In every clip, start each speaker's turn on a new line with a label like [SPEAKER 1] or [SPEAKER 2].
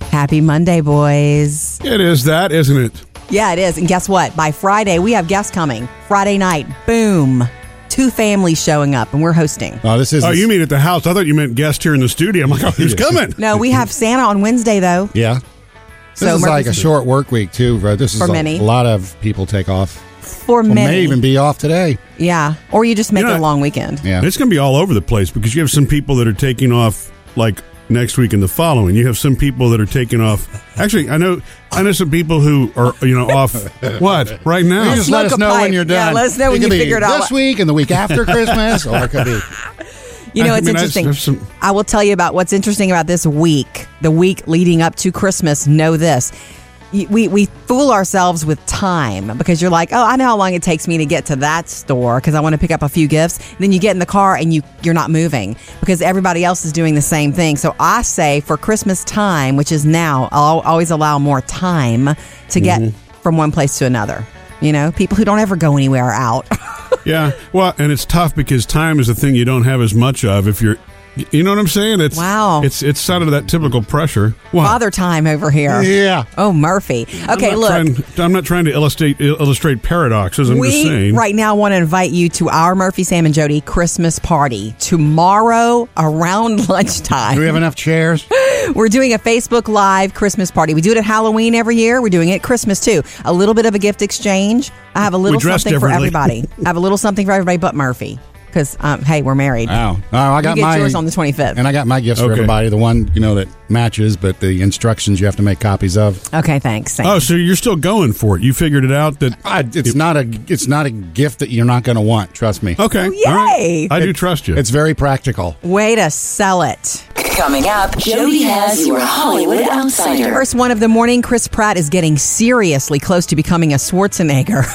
[SPEAKER 1] Happy Monday, boys.
[SPEAKER 2] It is that, isn't it?
[SPEAKER 1] Yeah, it is. And guess what? By Friday, we have guests coming. Friday night, boom. Two families showing up, and we're hosting.
[SPEAKER 3] Oh, this is.
[SPEAKER 2] Oh, you mean at the house? I thought you meant guest here in the studio. I'm like, oh, who's coming?
[SPEAKER 1] No, we have Santa on Wednesday, though.
[SPEAKER 3] Yeah. This
[SPEAKER 1] So
[SPEAKER 3] is like a
[SPEAKER 1] Murphy's-
[SPEAKER 3] short work week too, bro. This is
[SPEAKER 1] For
[SPEAKER 3] a
[SPEAKER 1] many.
[SPEAKER 3] lot of people take off.
[SPEAKER 1] For
[SPEAKER 3] Well,
[SPEAKER 1] many.
[SPEAKER 3] may even be off today.
[SPEAKER 1] yeah. Or you just make
[SPEAKER 2] You know-
[SPEAKER 1] it a long weekend.
[SPEAKER 3] Yeah.
[SPEAKER 2] It's going to be all over the place because you have some people that are taking off like next week and the following. You have some people that are taking off. Actually, I know I know some people who are you know off what right
[SPEAKER 3] You
[SPEAKER 2] now.
[SPEAKER 3] just
[SPEAKER 1] Oh. Smoke
[SPEAKER 3] let us
[SPEAKER 1] a
[SPEAKER 3] know
[SPEAKER 1] pipe.
[SPEAKER 3] when you're
[SPEAKER 1] Yeah,
[SPEAKER 3] done.
[SPEAKER 1] let us know when
[SPEAKER 3] could
[SPEAKER 1] you
[SPEAKER 3] be
[SPEAKER 1] figure it all
[SPEAKER 3] This
[SPEAKER 1] out.
[SPEAKER 3] week and the week after Christmas, or it could be.
[SPEAKER 1] You know,
[SPEAKER 2] I
[SPEAKER 1] it's
[SPEAKER 2] mean, I just
[SPEAKER 1] interesting. I,
[SPEAKER 2] have some-
[SPEAKER 1] will tell you about what's interesting about this week, the week leading up to Christmas. Know this. Y- We, we fool ourselves with time because you're like, oh, I know how long it takes me to get to that store because I want to pick up a few gifts. then you get in the car and you you're not moving because everybody else is doing the same thing. So I say for Christmas time, which is now, I'll always allow more time to get
[SPEAKER 2] Mm-hmm.
[SPEAKER 1] from one place to another. You know, people who don't ever go anywhere are out.
[SPEAKER 2] Yeah. Well, and it's tough because time is the thing you don't have as much of if you're. You know what I'm saying? It's
[SPEAKER 1] Wow.
[SPEAKER 2] It's it's out of that typical pressure. What?
[SPEAKER 1] Father time over here.
[SPEAKER 3] Yeah.
[SPEAKER 1] Oh, Murphy. Okay,
[SPEAKER 2] I'm not
[SPEAKER 1] look.
[SPEAKER 2] Trying, I'm not trying to illustrate illustrate paradoxes. I'm just
[SPEAKER 1] we
[SPEAKER 2] saying.
[SPEAKER 1] right now want to invite you to our Murphy, Sam, and Jody Christmas party tomorrow around lunchtime.
[SPEAKER 3] Do we have enough chairs?
[SPEAKER 1] We're doing a Facebook Live Christmas party. We do it at Halloween every year. We're doing it at Christmas too. A little bit of a gift exchange. I have a little
[SPEAKER 2] dress
[SPEAKER 1] something for
[SPEAKER 2] differently.
[SPEAKER 1] everybody. I have a little something for everybody but Murphy because um, hey, we're married.
[SPEAKER 3] Wow. Oh, I got
[SPEAKER 1] you get
[SPEAKER 3] my
[SPEAKER 1] yours on the twenty fifth.
[SPEAKER 3] and I got my gifts for
[SPEAKER 2] Okay.
[SPEAKER 3] everybody. The one you know that matches, but the instructions you have to make copies of.
[SPEAKER 1] Okay, thanks. Sam.
[SPEAKER 2] Oh, so you're still going for it? You figured it out that
[SPEAKER 3] I, it's not a it's not a gift that you're not going to want. Trust me.
[SPEAKER 2] okay?
[SPEAKER 1] Yay.
[SPEAKER 2] all right. I do trust you.
[SPEAKER 3] It's very practical.
[SPEAKER 1] Way to sell it.
[SPEAKER 4] Coming up, Jody has your Hollywood Outsider.
[SPEAKER 1] First one of the morning, Chris Pratt is getting seriously close to becoming a Schwarzenegger.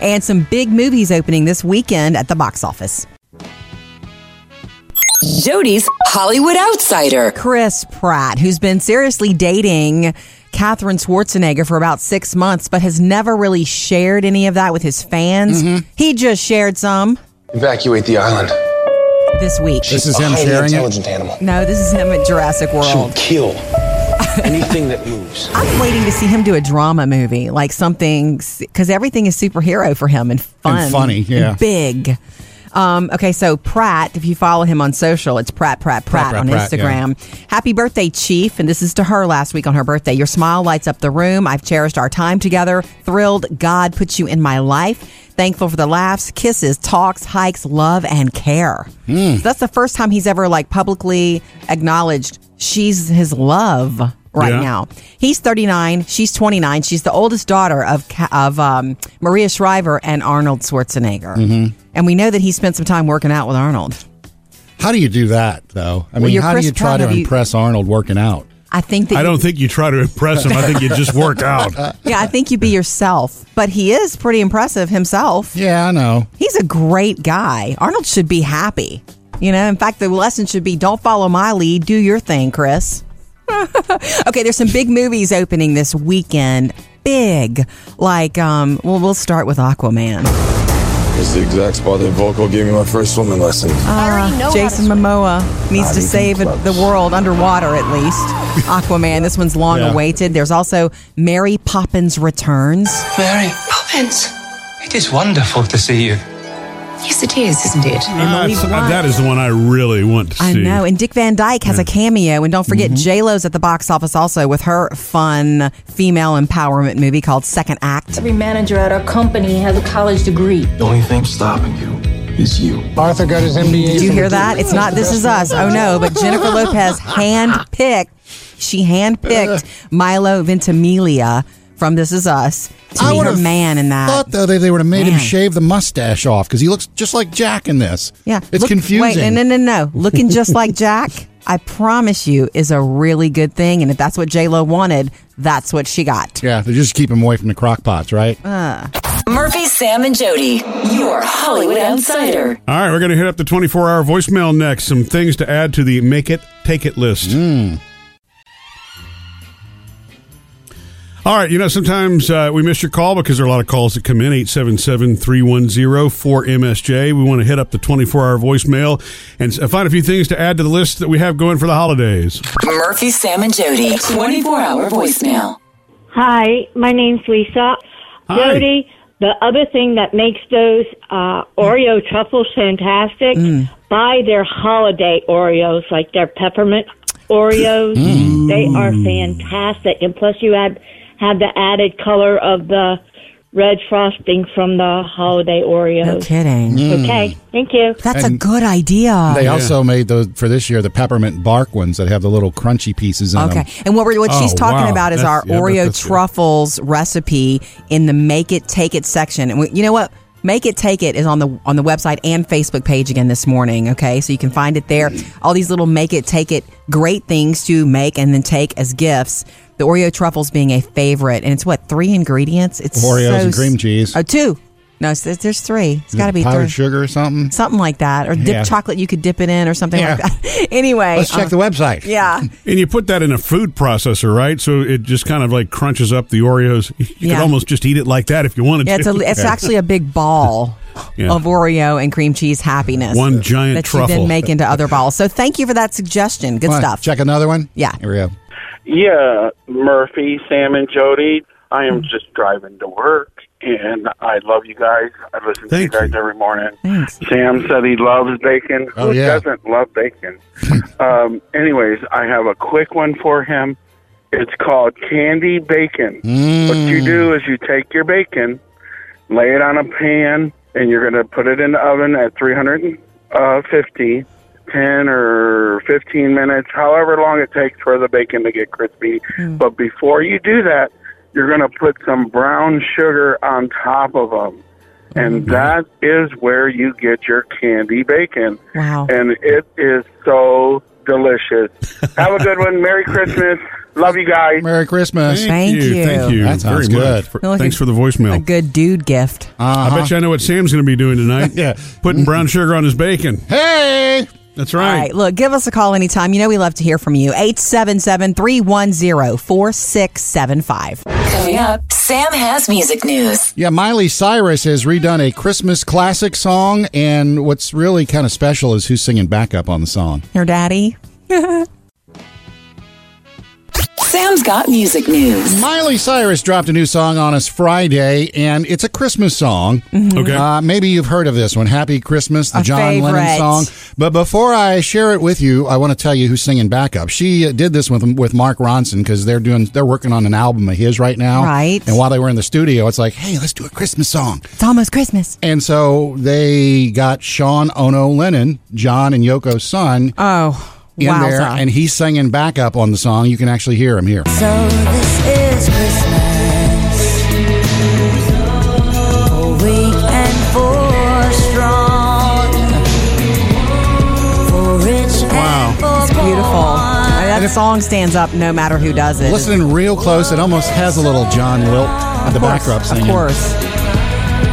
[SPEAKER 1] and some big movies opening this weekend at the box office.
[SPEAKER 4] Jody's Hollywood Outsider.
[SPEAKER 1] Chris Pratt, who's been seriously dating Katherine Schwarzenegger for about six months, but has never really shared any of that with his fans.
[SPEAKER 3] Mm-hmm.
[SPEAKER 1] He just shared some
[SPEAKER 5] Evacuate the island.
[SPEAKER 1] this week.
[SPEAKER 3] This is
[SPEAKER 5] A
[SPEAKER 3] him
[SPEAKER 5] highly
[SPEAKER 3] sharing it.
[SPEAKER 5] intelligent animal.
[SPEAKER 1] no, this is him at Jurassic
[SPEAKER 5] She'll
[SPEAKER 1] World.
[SPEAKER 5] kill anything that moves.
[SPEAKER 1] I'm waiting to see him do a drama movie, like something, because everything is superhero for him and fun,
[SPEAKER 3] And funny,
[SPEAKER 1] and
[SPEAKER 3] yeah.
[SPEAKER 1] big. Um, okay, so Pratt, if you follow him on social, it's Pratt Pratt Pratt,
[SPEAKER 3] Pratt,
[SPEAKER 1] on
[SPEAKER 3] Pratt,
[SPEAKER 1] Instagram. Happy birthday, Chief! And this is to her last week on her birthday. Your smile lights up the room. I've cherished our time together. Thrilled, God put you in my life. Thankful for the laughs, kisses, talks, hikes, love, and care.
[SPEAKER 2] Hmm.
[SPEAKER 1] So that's the first time he's ever like publicly acknowledged she's his love right
[SPEAKER 2] Yeah.
[SPEAKER 1] now. He's 39. She's 29. She's the oldest daughter of Ca- of um, Maria Shriver and Arnold Schwarzenegger.
[SPEAKER 2] Mm-hmm.
[SPEAKER 1] And we know that he spent some time working out with Arnold.
[SPEAKER 3] How do you do that though? I mean,
[SPEAKER 1] you're
[SPEAKER 3] how
[SPEAKER 1] Chris
[SPEAKER 3] do you try
[SPEAKER 1] Pratt,
[SPEAKER 3] to
[SPEAKER 1] have you-
[SPEAKER 3] impress Arnold working out?
[SPEAKER 1] I think that
[SPEAKER 2] I
[SPEAKER 1] you-
[SPEAKER 2] don't think you try to impress him. I think you just work out.
[SPEAKER 1] yeah, I think you be yourself. But he is pretty impressive himself.
[SPEAKER 3] Yeah, I know.
[SPEAKER 1] He's a great guy. Arnold should be happy. You know, in fact, the lesson should be don't follow my lead, do your thing, Chris. okay, there's some big movies opening this weekend. Big, like, um, well, we'll start with Aquaman.
[SPEAKER 6] It's the exact spot that Volko gave me my first swimming lesson.
[SPEAKER 1] Jason Momoa needs
[SPEAKER 6] Not
[SPEAKER 1] to
[SPEAKER 6] even
[SPEAKER 1] save
[SPEAKER 6] close.
[SPEAKER 1] the world underwater, at least. Aquaman, this one's long
[SPEAKER 3] Yeah.
[SPEAKER 1] awaited. There's also Mary Poppins Returns.
[SPEAKER 7] Mary Poppins. It is wonderful to see you.
[SPEAKER 4] Yes, it is, isn't it?
[SPEAKER 2] Ah,
[SPEAKER 1] Emily
[SPEAKER 2] it's-
[SPEAKER 1] Blunt.
[SPEAKER 2] that is the one I really want to
[SPEAKER 1] I
[SPEAKER 2] see.
[SPEAKER 1] know. And Dick Van Dyke has a cameo. And don't forget, J-Lo's at the box office also with her fun female empowerment movie called Second Act.
[SPEAKER 8] Every manager at our company has a college degree.
[SPEAKER 6] The only thing stopping you is you.
[SPEAKER 5] Arthur got his MBA.
[SPEAKER 1] Did you hear that? It's not This Is Us. Oh, no. But Jennifer Lopez handpicked, she handpicked Milo Ventimiglia from This Is Us to be her
[SPEAKER 3] would've
[SPEAKER 1] man in that.
[SPEAKER 3] Thought though they, they would have made him
[SPEAKER 1] Man.
[SPEAKER 3] shave the mustache off because he looks just like Jack in this.
[SPEAKER 1] Yeah.
[SPEAKER 3] it's
[SPEAKER 1] Look-
[SPEAKER 3] confusing.
[SPEAKER 1] Wait, no, no, no, no. Looking just like Jack, I promise you, is a really good thing. And if that's what J-Lo wanted, that's what she got.
[SPEAKER 3] Yeah, they just keep him away from the crock pots, right?
[SPEAKER 1] Oh.
[SPEAKER 4] Murphy, Sam, and Jody, your Hollywood Outsider.
[SPEAKER 2] All right, we're going to hit up the 24 hour voicemail next. Some things to add to the
[SPEAKER 1] Hmm.
[SPEAKER 2] make it, take it list. All right, you know, sometimes uh, we miss your call because there are a lot of calls that come in 877 310 4MSJ. We want to hit up the 24 hour voicemail and s- uh, find a few things to add to the list that we have going for the holidays.
[SPEAKER 4] Murphy, Sam, and Jody. 24 hour voicemail.
[SPEAKER 9] Hi, my name's Lisa.
[SPEAKER 2] Hi.
[SPEAKER 9] Jody, the other thing that makes those uh, Oreo truffles fantastic, buy their holiday Oreos, like their peppermint Oreos. They are fantastic, and plus you add have the added color of the red frosting from the holiday
[SPEAKER 1] No
[SPEAKER 9] Oreos.
[SPEAKER 1] kidding.
[SPEAKER 9] Okay, thank you.
[SPEAKER 1] That's a
[SPEAKER 3] And-
[SPEAKER 1] good idea.
[SPEAKER 3] They also made those for this year the peppermint bark ones that have the little crunchy pieces in
[SPEAKER 1] Okay,
[SPEAKER 3] them.
[SPEAKER 1] and what we're, what
[SPEAKER 3] Oh,
[SPEAKER 1] she's talking
[SPEAKER 3] wow.
[SPEAKER 1] about is
[SPEAKER 3] That's-
[SPEAKER 1] our
[SPEAKER 3] yeah, I bet
[SPEAKER 1] Oreo
[SPEAKER 3] that's good.
[SPEAKER 1] truffles recipe in the make it take it section. And we, you know what? Make it take it is on the on the website and Facebook page again this morning. Okay, so you can find it there. All these little make it take it great things to make and then take as gifts. The Oreo truffles being a favorite, and it's what three ingredients? It's
[SPEAKER 3] Oreos
[SPEAKER 1] so
[SPEAKER 3] and
[SPEAKER 1] s-
[SPEAKER 3] cream cheese.
[SPEAKER 1] Oh, two. No, it's, there's three. It's got to be
[SPEAKER 3] powdered
[SPEAKER 1] three.
[SPEAKER 3] sugar or something.
[SPEAKER 1] Something like that, or dip
[SPEAKER 3] Yeah.
[SPEAKER 1] chocolate you could dip it in, or something
[SPEAKER 3] Yeah.
[SPEAKER 1] like that. anyway,
[SPEAKER 3] Let's check
[SPEAKER 1] uh,
[SPEAKER 3] the website.
[SPEAKER 1] yeah.
[SPEAKER 2] And you put that in a food processor, right? So it just kind of like crunches up the Oreos. You
[SPEAKER 1] Yeah.
[SPEAKER 2] could almost just eat it like that if you wanted
[SPEAKER 1] Yeah,
[SPEAKER 2] to.
[SPEAKER 1] it's, a, it's actually a big ball
[SPEAKER 2] Yeah.
[SPEAKER 1] of Oreo and cream cheese happiness.
[SPEAKER 2] One giant
[SPEAKER 1] that you've
[SPEAKER 2] truffle.
[SPEAKER 1] been making to other balls. So thank you for that suggestion. Good
[SPEAKER 3] Come on,
[SPEAKER 1] stuff.
[SPEAKER 3] Check another one.
[SPEAKER 1] Yeah.
[SPEAKER 3] Here we go.
[SPEAKER 10] Yeah, Murphy, Sam, and Jody. I am just driving to work, and I love you guys. I listen
[SPEAKER 2] Thank
[SPEAKER 10] to you guys
[SPEAKER 2] you.
[SPEAKER 10] every morning.
[SPEAKER 1] Thanks.
[SPEAKER 10] Sam said he loves bacon.
[SPEAKER 3] Oh,
[SPEAKER 10] Who
[SPEAKER 3] yeah.
[SPEAKER 10] doesn't love bacon? um, anyways, I have a quick one for him. It's called candy bacon. What you
[SPEAKER 3] Mm.
[SPEAKER 10] do is you take your bacon, lay it on a pan, and you're going to put it in the oven at 350, 10 or 15 minutes, however long it takes for the bacon to get crispy. But before you do that, you're going to put some brown sugar on top of them. And that is where you get your candy bacon.
[SPEAKER 1] Wow.
[SPEAKER 10] And it is so delicious. Have a good one. Merry Christmas. Love you guys.
[SPEAKER 3] Merry Christmas.
[SPEAKER 1] Thank you.
[SPEAKER 2] Thank you.
[SPEAKER 3] That sounds
[SPEAKER 2] very
[SPEAKER 3] good. Uh-huh.
[SPEAKER 2] Much. For-
[SPEAKER 1] You're looking-
[SPEAKER 2] thanks for the voicemail.
[SPEAKER 1] A good dude gift.
[SPEAKER 2] I bet you I know what Sam's going to be doing tonight.
[SPEAKER 3] Yeah.
[SPEAKER 2] Putting brown sugar on his bacon.
[SPEAKER 3] Hey.
[SPEAKER 2] That's
[SPEAKER 1] All
[SPEAKER 2] right.
[SPEAKER 1] right. Look, give us a call anytime. You know we love to hear from you. 877 310 4675.
[SPEAKER 4] Coming up, Sam has music news.
[SPEAKER 3] Yeah, Miley Cyrus has redone a Christmas classic song, and what's really kind of special is who's singing backup on the song.
[SPEAKER 1] Your daddy?
[SPEAKER 4] Sam's got music news.
[SPEAKER 3] Miley Cyrus dropped a new song on us Friday, and it's a Christmas song.
[SPEAKER 2] Okay.
[SPEAKER 3] Uh, maybe you've heard of this one, Happy Christmas, the
[SPEAKER 1] Mm-hmm. A
[SPEAKER 3] John
[SPEAKER 1] favorite.
[SPEAKER 3] Lennon song. But before I share it with you, I want to tell you who's singing backup. She uh, did this with with Mark Ronson because they're doing they're working on an album of his right now.
[SPEAKER 1] Right.
[SPEAKER 3] And while they were in the studio, it's like, hey, let's do a Christmas song.
[SPEAKER 1] It's almost Christmas.
[SPEAKER 3] And so they got Sean Ono Lennon, John and Yoko's son,
[SPEAKER 1] Oh,
[SPEAKER 3] in there,
[SPEAKER 1] wowza.
[SPEAKER 3] and he's singing backup on the song. You can actually hear him here.
[SPEAKER 11] So this is Christmas. For weak and for strong. For rich and for
[SPEAKER 1] it's beautiful.
[SPEAKER 11] poor.
[SPEAKER 1] I mean, That song stands up no matter who does it.
[SPEAKER 3] Listening real close, it almost has a little John Wilt at the
[SPEAKER 1] Of course,
[SPEAKER 3] backup singing.
[SPEAKER 1] Of course.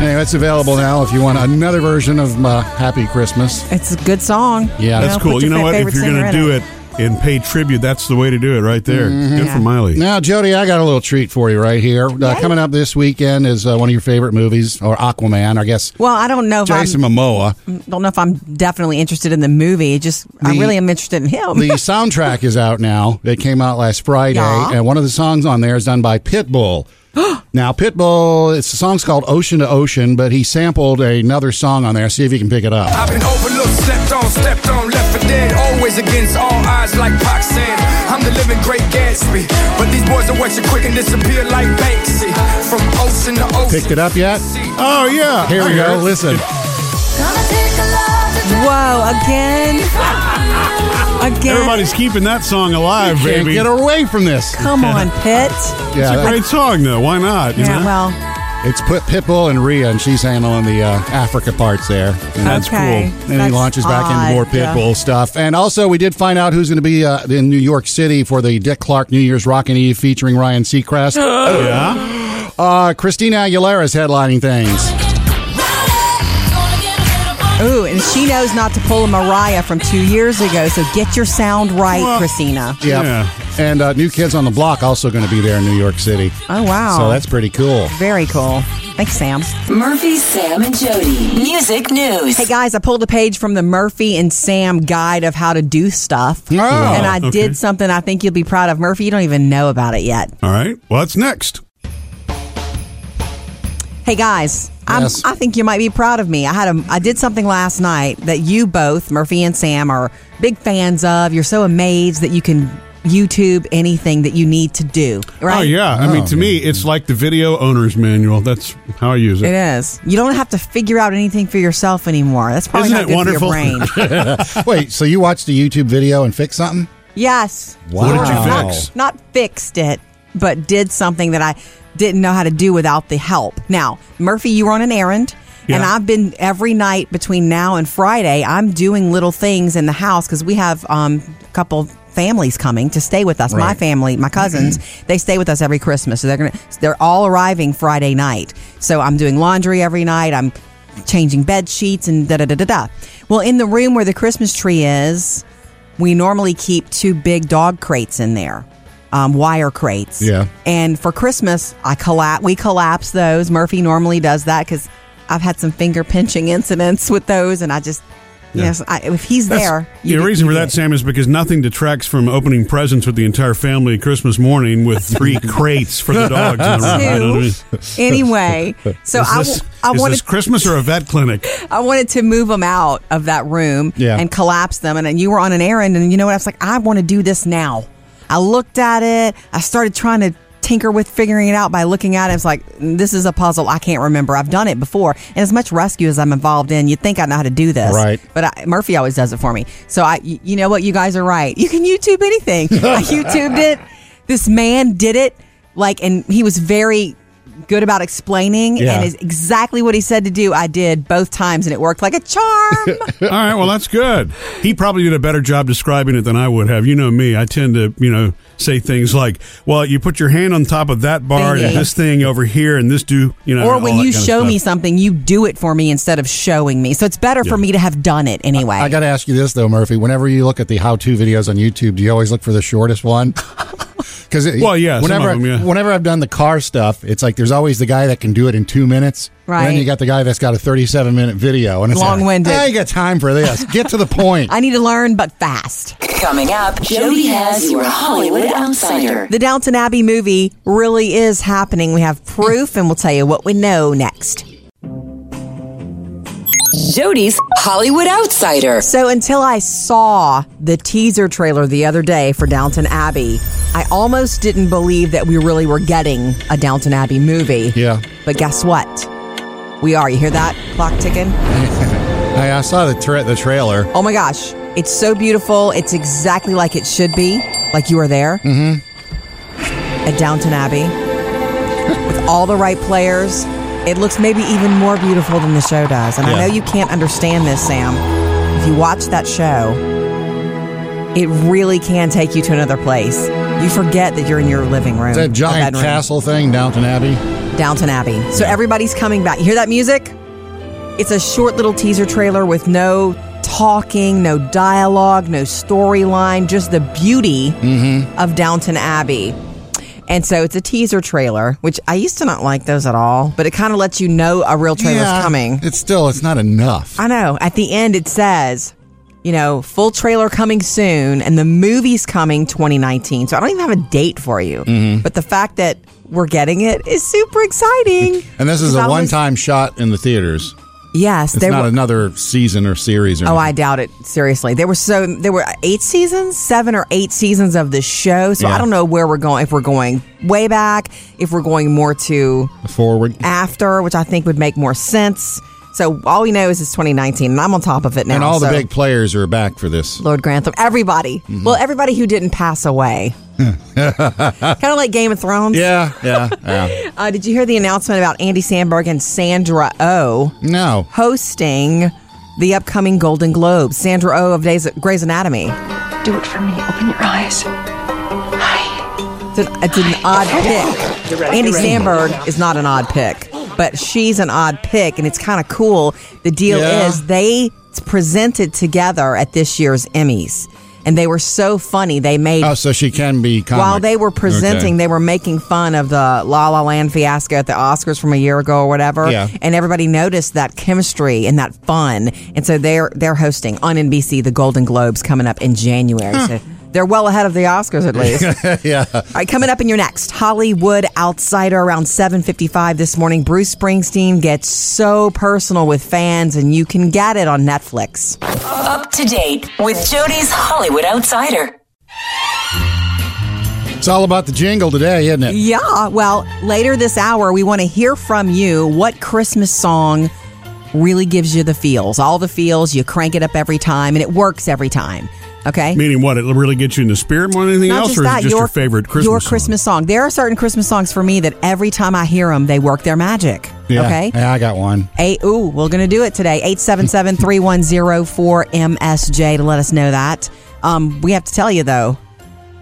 [SPEAKER 3] Anyway, it's available now if you want another version of uh, Happy Christmas.
[SPEAKER 1] It's a good song.
[SPEAKER 3] Yeah.
[SPEAKER 1] You
[SPEAKER 3] That's
[SPEAKER 1] know,
[SPEAKER 2] That's cool.
[SPEAKER 1] put
[SPEAKER 2] You
[SPEAKER 1] your
[SPEAKER 2] know
[SPEAKER 1] fa-
[SPEAKER 2] what?
[SPEAKER 1] favorite
[SPEAKER 2] If you're
[SPEAKER 1] singer
[SPEAKER 2] going to
[SPEAKER 1] in
[SPEAKER 2] do it and pay tribute, that's the way to do it right there.
[SPEAKER 3] Mm-hmm.
[SPEAKER 2] Good
[SPEAKER 1] Yeah.
[SPEAKER 2] for Miley.
[SPEAKER 3] Now, Jody, I got a little treat for you right here. Uh, coming up this weekend is uh, one of your favorite movies, or Aquaman, I guess.
[SPEAKER 1] Well, I don't know if I'm-
[SPEAKER 3] Jason Momoa.
[SPEAKER 1] don't know if I'm definitely interested in the movie. Just I
[SPEAKER 3] The-
[SPEAKER 1] really am interested in him.
[SPEAKER 3] The soundtrack is out now. It came out last Friday,
[SPEAKER 1] Yeah.
[SPEAKER 3] and one of the songs on there is done by Pitbull. now, Pitbull, it's the song's called Ocean to Ocean, but he sampled another song on there. See if you can pick it up.
[SPEAKER 7] I've been overlooked, slept on, stepped on, left for dead. Always against all odds, like Pac said. I'm the living great Gatsby. But these boys will watch you quick and disappear like Banksy. From ocean to ocean.
[SPEAKER 3] Picked it up yet?
[SPEAKER 2] Oh, yeah.
[SPEAKER 3] Here we go. Listen.
[SPEAKER 11] Gonna take a lot to
[SPEAKER 1] Whoa, again, again.
[SPEAKER 2] Everybody's keeping that song alive,
[SPEAKER 3] Can't
[SPEAKER 2] baby.
[SPEAKER 3] get away from this.
[SPEAKER 1] Come on, Pitt.
[SPEAKER 3] Yeah, that-
[SPEAKER 2] Great song, though. Why not? You
[SPEAKER 1] Yeah,
[SPEAKER 2] know?
[SPEAKER 1] well,
[SPEAKER 3] It's put Pitbull and Rhea, and she's handling the uh, Africa parts there. And that's
[SPEAKER 1] Okay.
[SPEAKER 3] cool. And
[SPEAKER 1] That's
[SPEAKER 3] he launches back
[SPEAKER 1] odd,
[SPEAKER 3] into more
[SPEAKER 1] yeah.
[SPEAKER 3] Pitbull stuff. And also, we did find out who's going to be uh, in New York City for the Dick Clark New Year's Rockin' Eve featuring Ryan Seacrest.
[SPEAKER 2] yeah.
[SPEAKER 3] uh, Christina Aguilera's headlining things.
[SPEAKER 1] ooh, and she knows not to pull a Mariah from two years ago. So get your sound right,
[SPEAKER 2] Well,
[SPEAKER 1] Christina.
[SPEAKER 3] Yep.
[SPEAKER 2] Yeah.
[SPEAKER 3] And uh, New Kids on the Block also going to be there in New York City.
[SPEAKER 1] Oh, wow.
[SPEAKER 3] So that's pretty cool.
[SPEAKER 1] Very cool. Thanks, Sam.
[SPEAKER 4] Murphy, Sam, and Jody. Music news.
[SPEAKER 1] Hey guys, I pulled a page from the Murphy and Sam guide of how to do stuff.
[SPEAKER 2] Wow.
[SPEAKER 1] and I
[SPEAKER 2] Oh, Okay.
[SPEAKER 1] did something I think you'll be proud of. Murphy, you don't even know about it yet.
[SPEAKER 2] All right. What's next?
[SPEAKER 1] Hey guys,
[SPEAKER 2] Yes.
[SPEAKER 1] I'm, I think you might be proud of me. I had a, I did something last night that you both, Murphy and Sam, are big fans of. You're so amazed that you can YouTube anything that you need to do. Right?
[SPEAKER 2] Oh yeah. I mean, to me, it's like the video owner's manual. That's how I use it.
[SPEAKER 1] It is. You don't have to figure out anything for yourself anymore. That's probably not good for your brain.
[SPEAKER 3] Wait, so you watched a YouTube video and fixed something?
[SPEAKER 1] Yes.
[SPEAKER 3] What did you
[SPEAKER 1] Not-
[SPEAKER 3] fix?
[SPEAKER 1] Not, fixed it, but did something that I didn't know how to do without the help. Now, Murphy, you were on an errand. And
[SPEAKER 12] Yeah.
[SPEAKER 1] I've been every night between now and Friday, I'm doing little things in the house because we have um, a couple families coming to stay with us. My
[SPEAKER 12] Right. Mm-hmm.
[SPEAKER 1] family, my cousins, they stay with us every Christmas. So they're going to, they're all arriving Friday night. So I'm doing laundry every night. I'm changing bed sheets and da da da da da. Well, in the room where the Christmas tree is, we normally keep two big dog crates in there, um, wire crates.
[SPEAKER 3] Yeah.
[SPEAKER 1] And for Christmas, I collapse. We collapse those. Murphy normally does that because I've had some finger pinching incidents with those, and I just
[SPEAKER 2] Yeah.
[SPEAKER 1] yes, I, if he's
[SPEAKER 2] That's-
[SPEAKER 1] there,
[SPEAKER 2] The reason for that, Sam, is because nothing detracts from opening presents with the entire family Christmas morning with three crates for the dogs. In the room, you know what I mean?
[SPEAKER 1] Anyway, so
[SPEAKER 2] is
[SPEAKER 1] I
[SPEAKER 2] this,
[SPEAKER 1] w- I
[SPEAKER 2] is
[SPEAKER 1] wanted-
[SPEAKER 2] this Christmas or a vet clinic?
[SPEAKER 1] I wanted to move them out of that room
[SPEAKER 2] Yeah.
[SPEAKER 1] and collapse them. And then you were on an errand, and you know what? I was like, I want to do this now. I looked at it. I started trying to tinker with figuring it out by looking at it. It's like, this is a puzzle I can't remember. I've done it before. And as much rescue as I'm involved in, you'd think I know how to do this.
[SPEAKER 3] Right.
[SPEAKER 1] But I, Murphy always does it for me. So I, y- you know what? You guys are right. You can YouTube anything. I YouTubed it. This man did it. Like, and he was very good about explaining
[SPEAKER 2] Yeah.
[SPEAKER 1] and is exactly what he said to do. I did both times and it worked like a charm.
[SPEAKER 2] All right, well that's good. He probably did a better job describing it than I would have. You know me; I tend to, you know, say things like, "Well, you put your hand on top of that bar
[SPEAKER 1] Thingy.
[SPEAKER 2] and this thing over here and this do," you know.
[SPEAKER 1] or
[SPEAKER 2] and
[SPEAKER 1] when
[SPEAKER 2] all that
[SPEAKER 1] you
[SPEAKER 2] kind of
[SPEAKER 1] show me
[SPEAKER 2] stuff.
[SPEAKER 1] something, you do it for me instead of showing me. So it's better for me to have done it anyway.
[SPEAKER 3] I got to ask you this though, Murphy. Whenever you look at the how-to videos on YouTube, do you always look for the shortest one? Because
[SPEAKER 2] Well, yeah, some
[SPEAKER 3] whenever
[SPEAKER 2] of 'em, yeah.
[SPEAKER 3] whenever I've done the car stuff, it's like there's always the guy that can do it in two minutes. And
[SPEAKER 1] Right.
[SPEAKER 3] then you got the guy that's got a 37 minute video, and it's like,
[SPEAKER 1] Long-winded.
[SPEAKER 3] I ain't got time for this. Get to the point.
[SPEAKER 1] I need to learn, but fast.
[SPEAKER 4] Coming up, Jody has your Hollywood Outsider.
[SPEAKER 1] The Downton Abbey movie really is happening. We have proof and we'll tell you what we know next.
[SPEAKER 4] Jody's Hollywood Outsider.
[SPEAKER 1] So until I saw the teaser trailer the other day for Downton Abbey, I almost didn't believe that we really were getting a Downton Abbey movie.
[SPEAKER 3] Yeah.
[SPEAKER 1] But guess what? We are. You hear that clock ticking?
[SPEAKER 3] I, I saw the tra- the trailer.
[SPEAKER 1] Oh my gosh. It's so beautiful. It's exactly like it should be, like you were there
[SPEAKER 3] hmm
[SPEAKER 1] at Downton Abbey with all the right players. It looks maybe even more beautiful than the show does. And I
[SPEAKER 12] Yeah.
[SPEAKER 1] know you can't understand this, Sam. If you watch that show, it really can take you to another place. You forget that you're in your living room.
[SPEAKER 3] Is that
[SPEAKER 1] or
[SPEAKER 3] giant
[SPEAKER 1] bedroom.
[SPEAKER 3] castle thing, Downton Abbey?
[SPEAKER 1] Downton Abbey. So everybody's coming back. You hear that music? It's a short little teaser trailer with no talking, no dialogue, no storyline, just the beauty of Downton Abbey. And so it's a teaser trailer, which I used to not like those at all, but it kind of lets you know a real trailer's
[SPEAKER 3] Yeah.
[SPEAKER 1] coming.
[SPEAKER 3] It's still it's not enough.
[SPEAKER 1] I know. At the end, it says, you know, full trailer coming soon, and the movie's coming 2019. So I don't even have a date for you.
[SPEAKER 3] Mhm.
[SPEAKER 1] But the fact that we're getting it is super exciting.
[SPEAKER 3] And this is
[SPEAKER 1] Because I
[SPEAKER 3] a
[SPEAKER 1] was-
[SPEAKER 3] one time shot in the theaters.
[SPEAKER 1] Yes,
[SPEAKER 3] It's
[SPEAKER 1] there
[SPEAKER 3] not
[SPEAKER 1] were-
[SPEAKER 3] another season or series or
[SPEAKER 1] Oh,
[SPEAKER 3] anything.
[SPEAKER 1] I doubt it. Seriously, there were so there were eight seasons, seven or eight seasons of the show. So
[SPEAKER 3] Yeah.
[SPEAKER 1] I don't know where we're going. If we're going way back, if we're going more to
[SPEAKER 3] forward
[SPEAKER 1] after, which I think would make more sense. So all we know is it's 2019, and I'm on top of it now.
[SPEAKER 3] and all the
[SPEAKER 1] so-
[SPEAKER 3] big players are back for this.
[SPEAKER 1] Lord Grantham, everybody.
[SPEAKER 3] Mhm.
[SPEAKER 1] Well, everybody who didn't pass away,
[SPEAKER 3] yeah,
[SPEAKER 1] kind of like Game of Thrones.
[SPEAKER 3] yeah, yeah.
[SPEAKER 1] Uh, did you hear the announcement about Andy Sandberg and Sandra Oh?
[SPEAKER 3] No.
[SPEAKER 1] Hosting the upcoming Golden Globes. Sandra Oh of Days, Grey's Anatomy.
[SPEAKER 13] Do it for me. Open your eyes.
[SPEAKER 1] It's an, it's an odd pick. Andy Sandberg is not an odd pick, but she's an odd pick, and it's kind of cool. The deal
[SPEAKER 12] Yeah.
[SPEAKER 1] is they presented together at this year's Emmys. and they were so funny. They made
[SPEAKER 3] Oh, so she can be comic.
[SPEAKER 1] while they were presenting, they were making fun of the La La Land fiasco at the Oscars from a year ago or whatever.
[SPEAKER 3] Yeah.
[SPEAKER 1] And everybody noticed that chemistry and that fun. And so they're they're hosting on NBC the Golden Globes coming up in January. So they're well ahead of the Oscars at least.
[SPEAKER 3] yeah.
[SPEAKER 1] All right, coming up in your next Hollywood Outsider around 7:55 this morning, Bruce Springsteen gets so personal with fans and you can get it on Netflix.
[SPEAKER 4] Up to date with Jody's Hollywood Outsider.
[SPEAKER 3] It's all about the jingle today, isn't it?
[SPEAKER 1] Yeah, well, later this hour we want to hear from you what Christmas song really gives you the feels. All the feels, you crank it up every time and it works every time. Okay?
[SPEAKER 2] Meaning what? It really gets you in the spirit more than anything
[SPEAKER 1] Not
[SPEAKER 2] else,
[SPEAKER 1] just
[SPEAKER 2] or is it
[SPEAKER 1] that,
[SPEAKER 2] just your, favorite Christmas?
[SPEAKER 1] your
[SPEAKER 2] song?
[SPEAKER 1] Christmas song. There are certain Christmas songs for me that every time I hear them, they work their magic.
[SPEAKER 3] Yeah.
[SPEAKER 1] Mm, Okay?
[SPEAKER 3] Yeah, I got one.
[SPEAKER 1] Hey, ooh, we're going to do it today. 877-3104-MSJ to let us know that. Um, we have to tell you though,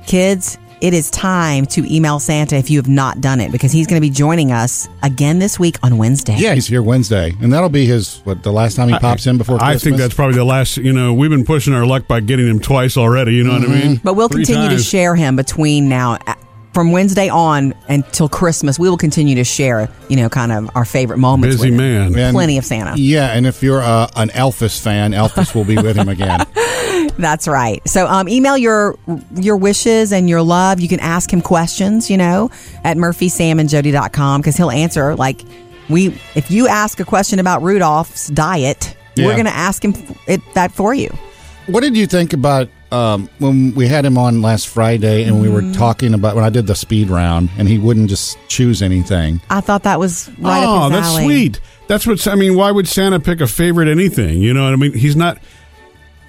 [SPEAKER 1] kids, it is time to email Santa if you have not done it because he's going to be joining us again this week on Wednesday.
[SPEAKER 3] Yeah, he's here Wednesday, and that'll be his what the last time he pops in before.
[SPEAKER 2] I
[SPEAKER 3] Christmas?
[SPEAKER 2] think that's probably the last. You know, we've been pushing our luck by getting him twice already. You know what I mean?
[SPEAKER 1] Mm-hmm. But we'll
[SPEAKER 2] Three
[SPEAKER 1] continue to
[SPEAKER 2] times.
[SPEAKER 1] share him between now uh, from Wednesday on until Christmas. We will continue to share, you know, kind of our favorite moments.
[SPEAKER 2] Busy
[SPEAKER 1] with him.
[SPEAKER 2] man.
[SPEAKER 3] And-
[SPEAKER 1] Plenty of Santa.
[SPEAKER 3] Yeah, and if you're uh, an Elvis fan, Elvis will be with him again.
[SPEAKER 1] That's right. So um, email your your wishes and your love. You can ask him questions, you know, at murphysamandjody.com because he'll answer. Like, we if you ask a question about Rudolph's diet, we're
[SPEAKER 3] Yeah.
[SPEAKER 1] going to ask him f- it, that for you.
[SPEAKER 3] What did you think about um, when we had him on last Friday and we
[SPEAKER 1] Mm.
[SPEAKER 3] were talking about when I did the speed round and he wouldn't just choose anything?
[SPEAKER 1] I thought that was right
[SPEAKER 2] oh,
[SPEAKER 1] up his
[SPEAKER 2] that's
[SPEAKER 1] alley.
[SPEAKER 2] sweet. That's what I mean. Why would Santa pick a favorite anything? You know what I mean? He's not.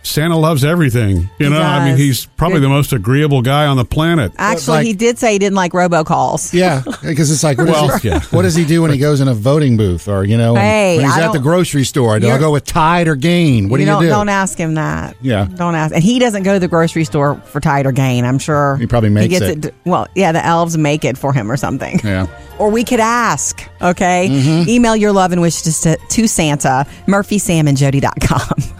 [SPEAKER 2] Santa loves everything. You
[SPEAKER 1] He
[SPEAKER 2] know, I mean,
[SPEAKER 1] does.
[SPEAKER 2] he's probably
[SPEAKER 1] Good.
[SPEAKER 2] the most agreeable guy on the planet.
[SPEAKER 1] Actually,
[SPEAKER 3] Like-
[SPEAKER 1] he did say he didn't like robocalls.
[SPEAKER 3] Yeah, because it's like, what,
[SPEAKER 2] Well,
[SPEAKER 3] does he,
[SPEAKER 2] yeah.
[SPEAKER 3] what does he do when he goes in a voting booth or, you know, when-
[SPEAKER 1] Hey,
[SPEAKER 3] when he's
[SPEAKER 1] I
[SPEAKER 3] at the
[SPEAKER 1] don't-
[SPEAKER 3] grocery store? Do I
[SPEAKER 1] you're-
[SPEAKER 3] go with Tide or Gain? What
[SPEAKER 1] you
[SPEAKER 3] do you
[SPEAKER 1] don't,
[SPEAKER 3] do?
[SPEAKER 1] Don't ask him that.
[SPEAKER 3] Yeah.
[SPEAKER 1] Don't ask. And he doesn't go to the grocery store for tide or gain, I'm sure.
[SPEAKER 3] He probably makes
[SPEAKER 1] gets
[SPEAKER 3] it.
[SPEAKER 1] Well, yeah, the elves make it for him or something.
[SPEAKER 3] Yeah.
[SPEAKER 1] Or we could ask, okay? Email your love and wishes to, to Santa, murphysamandjody.com.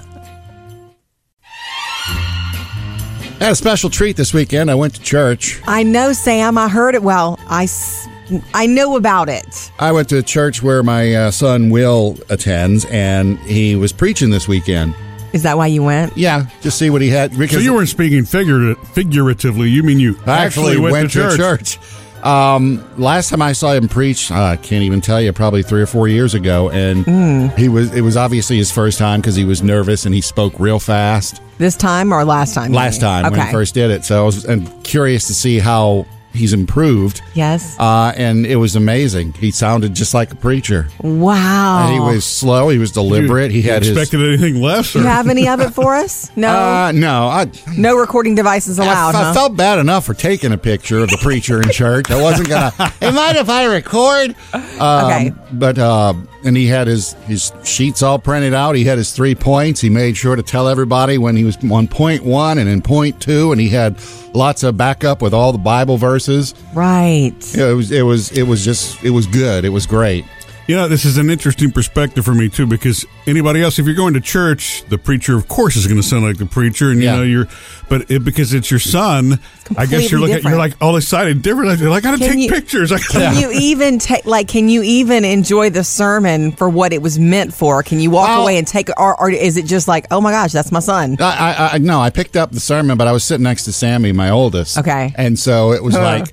[SPEAKER 3] I had a special treat this weekend. I went to church.
[SPEAKER 1] I know, Sam. I heard it. Well, I, s- I know about it.
[SPEAKER 3] I went to a church where my uh, son Will attends, and he was preaching this weekend.
[SPEAKER 1] Is that why you went?
[SPEAKER 3] Yeah, just see what he had.
[SPEAKER 2] So
[SPEAKER 3] Because
[SPEAKER 2] you weren't speaking figura- figuratively. You mean you
[SPEAKER 3] I actually, went, to church. Um, last time I saw him preach, uh, I can't even tell you, probably three or four years ago, and he was. It was obviously his first time because he was nervous and he spoke real fast.
[SPEAKER 1] This time or last time? you
[SPEAKER 3] Last
[SPEAKER 1] mean?
[SPEAKER 3] time
[SPEAKER 1] Okay.
[SPEAKER 3] when he first did it, so I was i curious to see how he's improved.
[SPEAKER 1] Yes.
[SPEAKER 3] Uh, and it was amazing. He sounded just like a preacher.
[SPEAKER 1] Wow.
[SPEAKER 3] He was slow. He was
[SPEAKER 2] You-
[SPEAKER 3] deliberate. he
[SPEAKER 2] you
[SPEAKER 3] had his.
[SPEAKER 2] expected anything less. Or?
[SPEAKER 1] you have any of it for us? No.
[SPEAKER 3] Uh, no, I
[SPEAKER 1] no recording devices allowed.
[SPEAKER 3] I, f- I
[SPEAKER 1] huh?
[SPEAKER 3] felt bad enough for taking a picture of the preacher in church. I wasn't gonna. Hey, mind if I record? Um,
[SPEAKER 1] Okay.
[SPEAKER 3] But uh, and he had his his sheets all printed out. He had his three points. He made sure to tell everybody when he was on point one and in point two, and he had lots of backup with all the Bible verses.
[SPEAKER 1] Right.
[SPEAKER 3] It was it was it was just it was good. It was great.
[SPEAKER 2] You know, this is an interesting perspective for me too, because anybody else, if you're going to church, the preacher, of course, is going to sound like the preacher, and
[SPEAKER 3] Yeah.
[SPEAKER 2] you know, you're, but it, because it's your son, I guess
[SPEAKER 1] Completely
[SPEAKER 2] you're looking,
[SPEAKER 1] different.
[SPEAKER 2] you're like all excited, different. You're like, I gotta
[SPEAKER 1] Can
[SPEAKER 2] take
[SPEAKER 1] you-
[SPEAKER 2] pictures. I gotta,
[SPEAKER 1] Can you even take like? Can you even enjoy the sermon for what it was meant for? Can you walk
[SPEAKER 3] Well-
[SPEAKER 1] away and take, or, or is it just like, oh my gosh, that's my son?
[SPEAKER 3] I, I, I no, I picked up the sermon, but I was sitting next to Sammy, my oldest.
[SPEAKER 1] Okay.
[SPEAKER 3] and so it was like,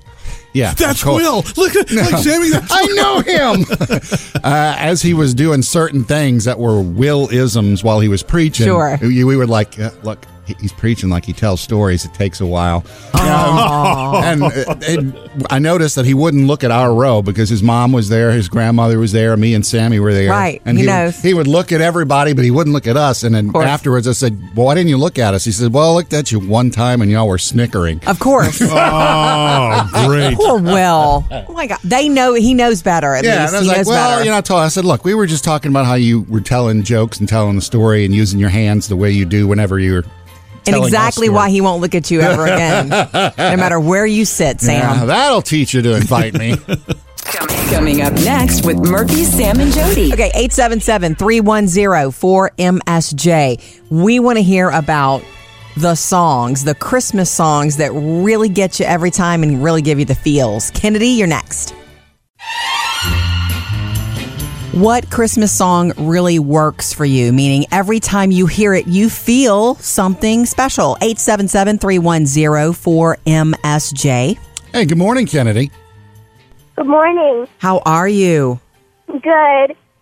[SPEAKER 3] yeah, of
[SPEAKER 2] That's
[SPEAKER 3] course.
[SPEAKER 2] Will. Look at like Sammy. That's
[SPEAKER 3] I know him. uh, as he was doing certain things that were Will isms while he was preaching,
[SPEAKER 1] Sure.
[SPEAKER 3] we, we were like, uh, look, he- he's preaching like he tells stories. It takes a while. Um, and uh, it- I noticed that he wouldn't look at our row because his mom was there, his grandmother was there, me and Sammy were there.
[SPEAKER 1] Right.
[SPEAKER 3] And
[SPEAKER 1] He
[SPEAKER 3] would-
[SPEAKER 1] knows.
[SPEAKER 3] he would look at everybody, but he wouldn't look at us. And then
[SPEAKER 1] course.
[SPEAKER 3] afterwards, I said, well, why didn't you look at us? He said, well, I looked at you one time and y'all were snickering.
[SPEAKER 1] Of course.
[SPEAKER 2] oh, great.
[SPEAKER 1] Poor Will. Oh my god, they know he knows better. At
[SPEAKER 3] Yeah,
[SPEAKER 1] least
[SPEAKER 3] and I was
[SPEAKER 1] he
[SPEAKER 3] like,
[SPEAKER 1] knows
[SPEAKER 3] well,
[SPEAKER 1] better.
[SPEAKER 3] you know, I told I said, look, we were just talking about how you were telling jokes and telling the story and using your hands the way you do whenever you're.
[SPEAKER 1] and
[SPEAKER 3] telling our
[SPEAKER 1] exactly
[SPEAKER 3] story.
[SPEAKER 1] why he won't look at you ever again, no matter where you sit,
[SPEAKER 3] Yeah,
[SPEAKER 1] Sam.
[SPEAKER 3] that'll teach you to invite me.
[SPEAKER 4] Coming up next with Murphy, Sam, and Jody.
[SPEAKER 1] Okay, 877 310 4MSJ. We want to hear about the songs, the Christmas songs that really get you every time and really give you the feels. Kennedy, you're next. What Christmas song really works for you? Meaning, every time you hear it, you feel something special. 877 310 4MSJ.
[SPEAKER 3] Hey, good morning, Kennedy.
[SPEAKER 12] Good morning.
[SPEAKER 1] How are you?
[SPEAKER 12] Good.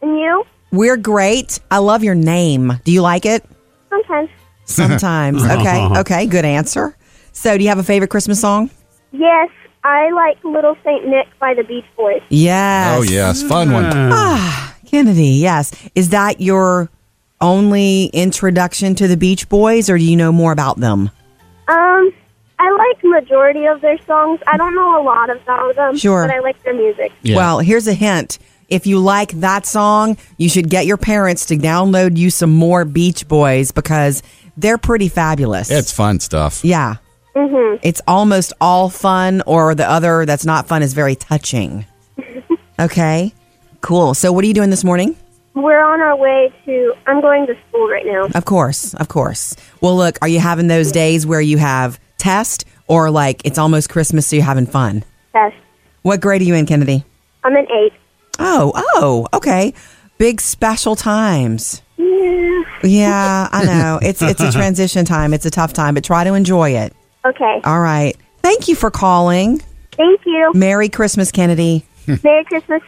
[SPEAKER 12] And you?
[SPEAKER 1] We're great. I love your name. Do you like it?
[SPEAKER 12] Sometimes.
[SPEAKER 1] Sometimes. Okay. Okay. Good answer. So, do you have a favorite Christmas song?
[SPEAKER 12] Yes, I like Little Saint Nick by the Beach Boys.
[SPEAKER 1] Yes.
[SPEAKER 3] Oh, yes. Fun one.
[SPEAKER 1] Ah, Kennedy. Yes. Is that your only introduction to the Beach Boys, or do you know more about them?
[SPEAKER 12] Um, I like majority of their songs. I don't know a lot about them,
[SPEAKER 1] Sure.
[SPEAKER 12] but I like their music.
[SPEAKER 1] Well, here's a hint. If you like that song, you should get your parents to download you some more Beach Boys because they're pretty fabulous.
[SPEAKER 3] It's fun stuff.
[SPEAKER 1] yeah.
[SPEAKER 12] Mm-hmm.
[SPEAKER 1] It's almost all fun, or the other that's not fun is very touching. okay. Cool. So, what are you doing this morning?
[SPEAKER 12] We're on our way to. I'm going to school right now.
[SPEAKER 1] Of course. Of course. Well, look, are you having those days where you have test or like it's almost Christmas, so you're having fun?
[SPEAKER 12] Test.
[SPEAKER 1] What grade are you in, Kennedy?
[SPEAKER 12] I'm an eight.
[SPEAKER 1] Oh, oh, okay. Big special times.
[SPEAKER 12] Yeah.
[SPEAKER 1] Yeah, I know. It's it's a transition time. It's a tough time, but try to enjoy it.
[SPEAKER 12] Okay.
[SPEAKER 1] All right. Thank you for calling.
[SPEAKER 12] Thank you.
[SPEAKER 1] Merry Christmas, Kennedy.
[SPEAKER 12] Merry Christmas.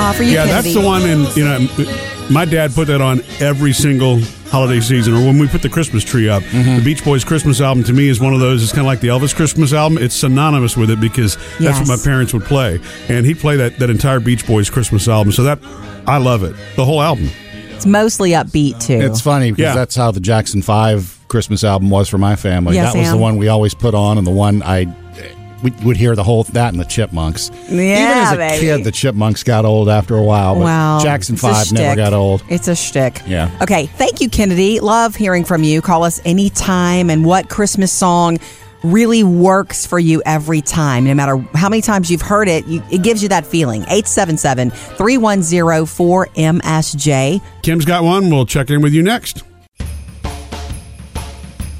[SPEAKER 1] Aw, for you,
[SPEAKER 2] yeah,
[SPEAKER 1] Kennedy.
[SPEAKER 2] that's the one. And you know, m- my dad put that on every single holiday season, or when we put the Christmas tree up. The Beach Boys Christmas album to me is one of those. It's kind of like the Elvis Christmas album. It's synonymous with it because
[SPEAKER 1] Yes.
[SPEAKER 2] that's what my parents would play, and he'd play that that entire Beach Boys Christmas album. So that I love it, the whole album.
[SPEAKER 1] It's mostly upbeat too.
[SPEAKER 3] It's funny
[SPEAKER 2] Yeah.
[SPEAKER 3] because that's how the Jackson 5 Christmas album was for my family.
[SPEAKER 1] Yeah,
[SPEAKER 3] that was
[SPEAKER 1] Sam.
[SPEAKER 3] the one we always put on and the one I we would hear the whole that and the Chipmunks. Even
[SPEAKER 1] Yeah,
[SPEAKER 3] as a
[SPEAKER 1] baby.
[SPEAKER 3] kid, the Chipmunks got old after a while, Oh, but
[SPEAKER 1] Wow.
[SPEAKER 3] Jackson
[SPEAKER 1] It's a
[SPEAKER 3] 5 never
[SPEAKER 1] shtick.
[SPEAKER 3] got old.
[SPEAKER 1] It's a shtick.
[SPEAKER 3] Yeah.
[SPEAKER 1] Okay. Thank you, Kennedy. Love hearing from you. Call us anytime. And what Christmas song really works for you every time? No matter how many times you've heard it, you, it gives you that feeling. 877 310 4MSJ.
[SPEAKER 2] Kim's got one. We'll check in with you next.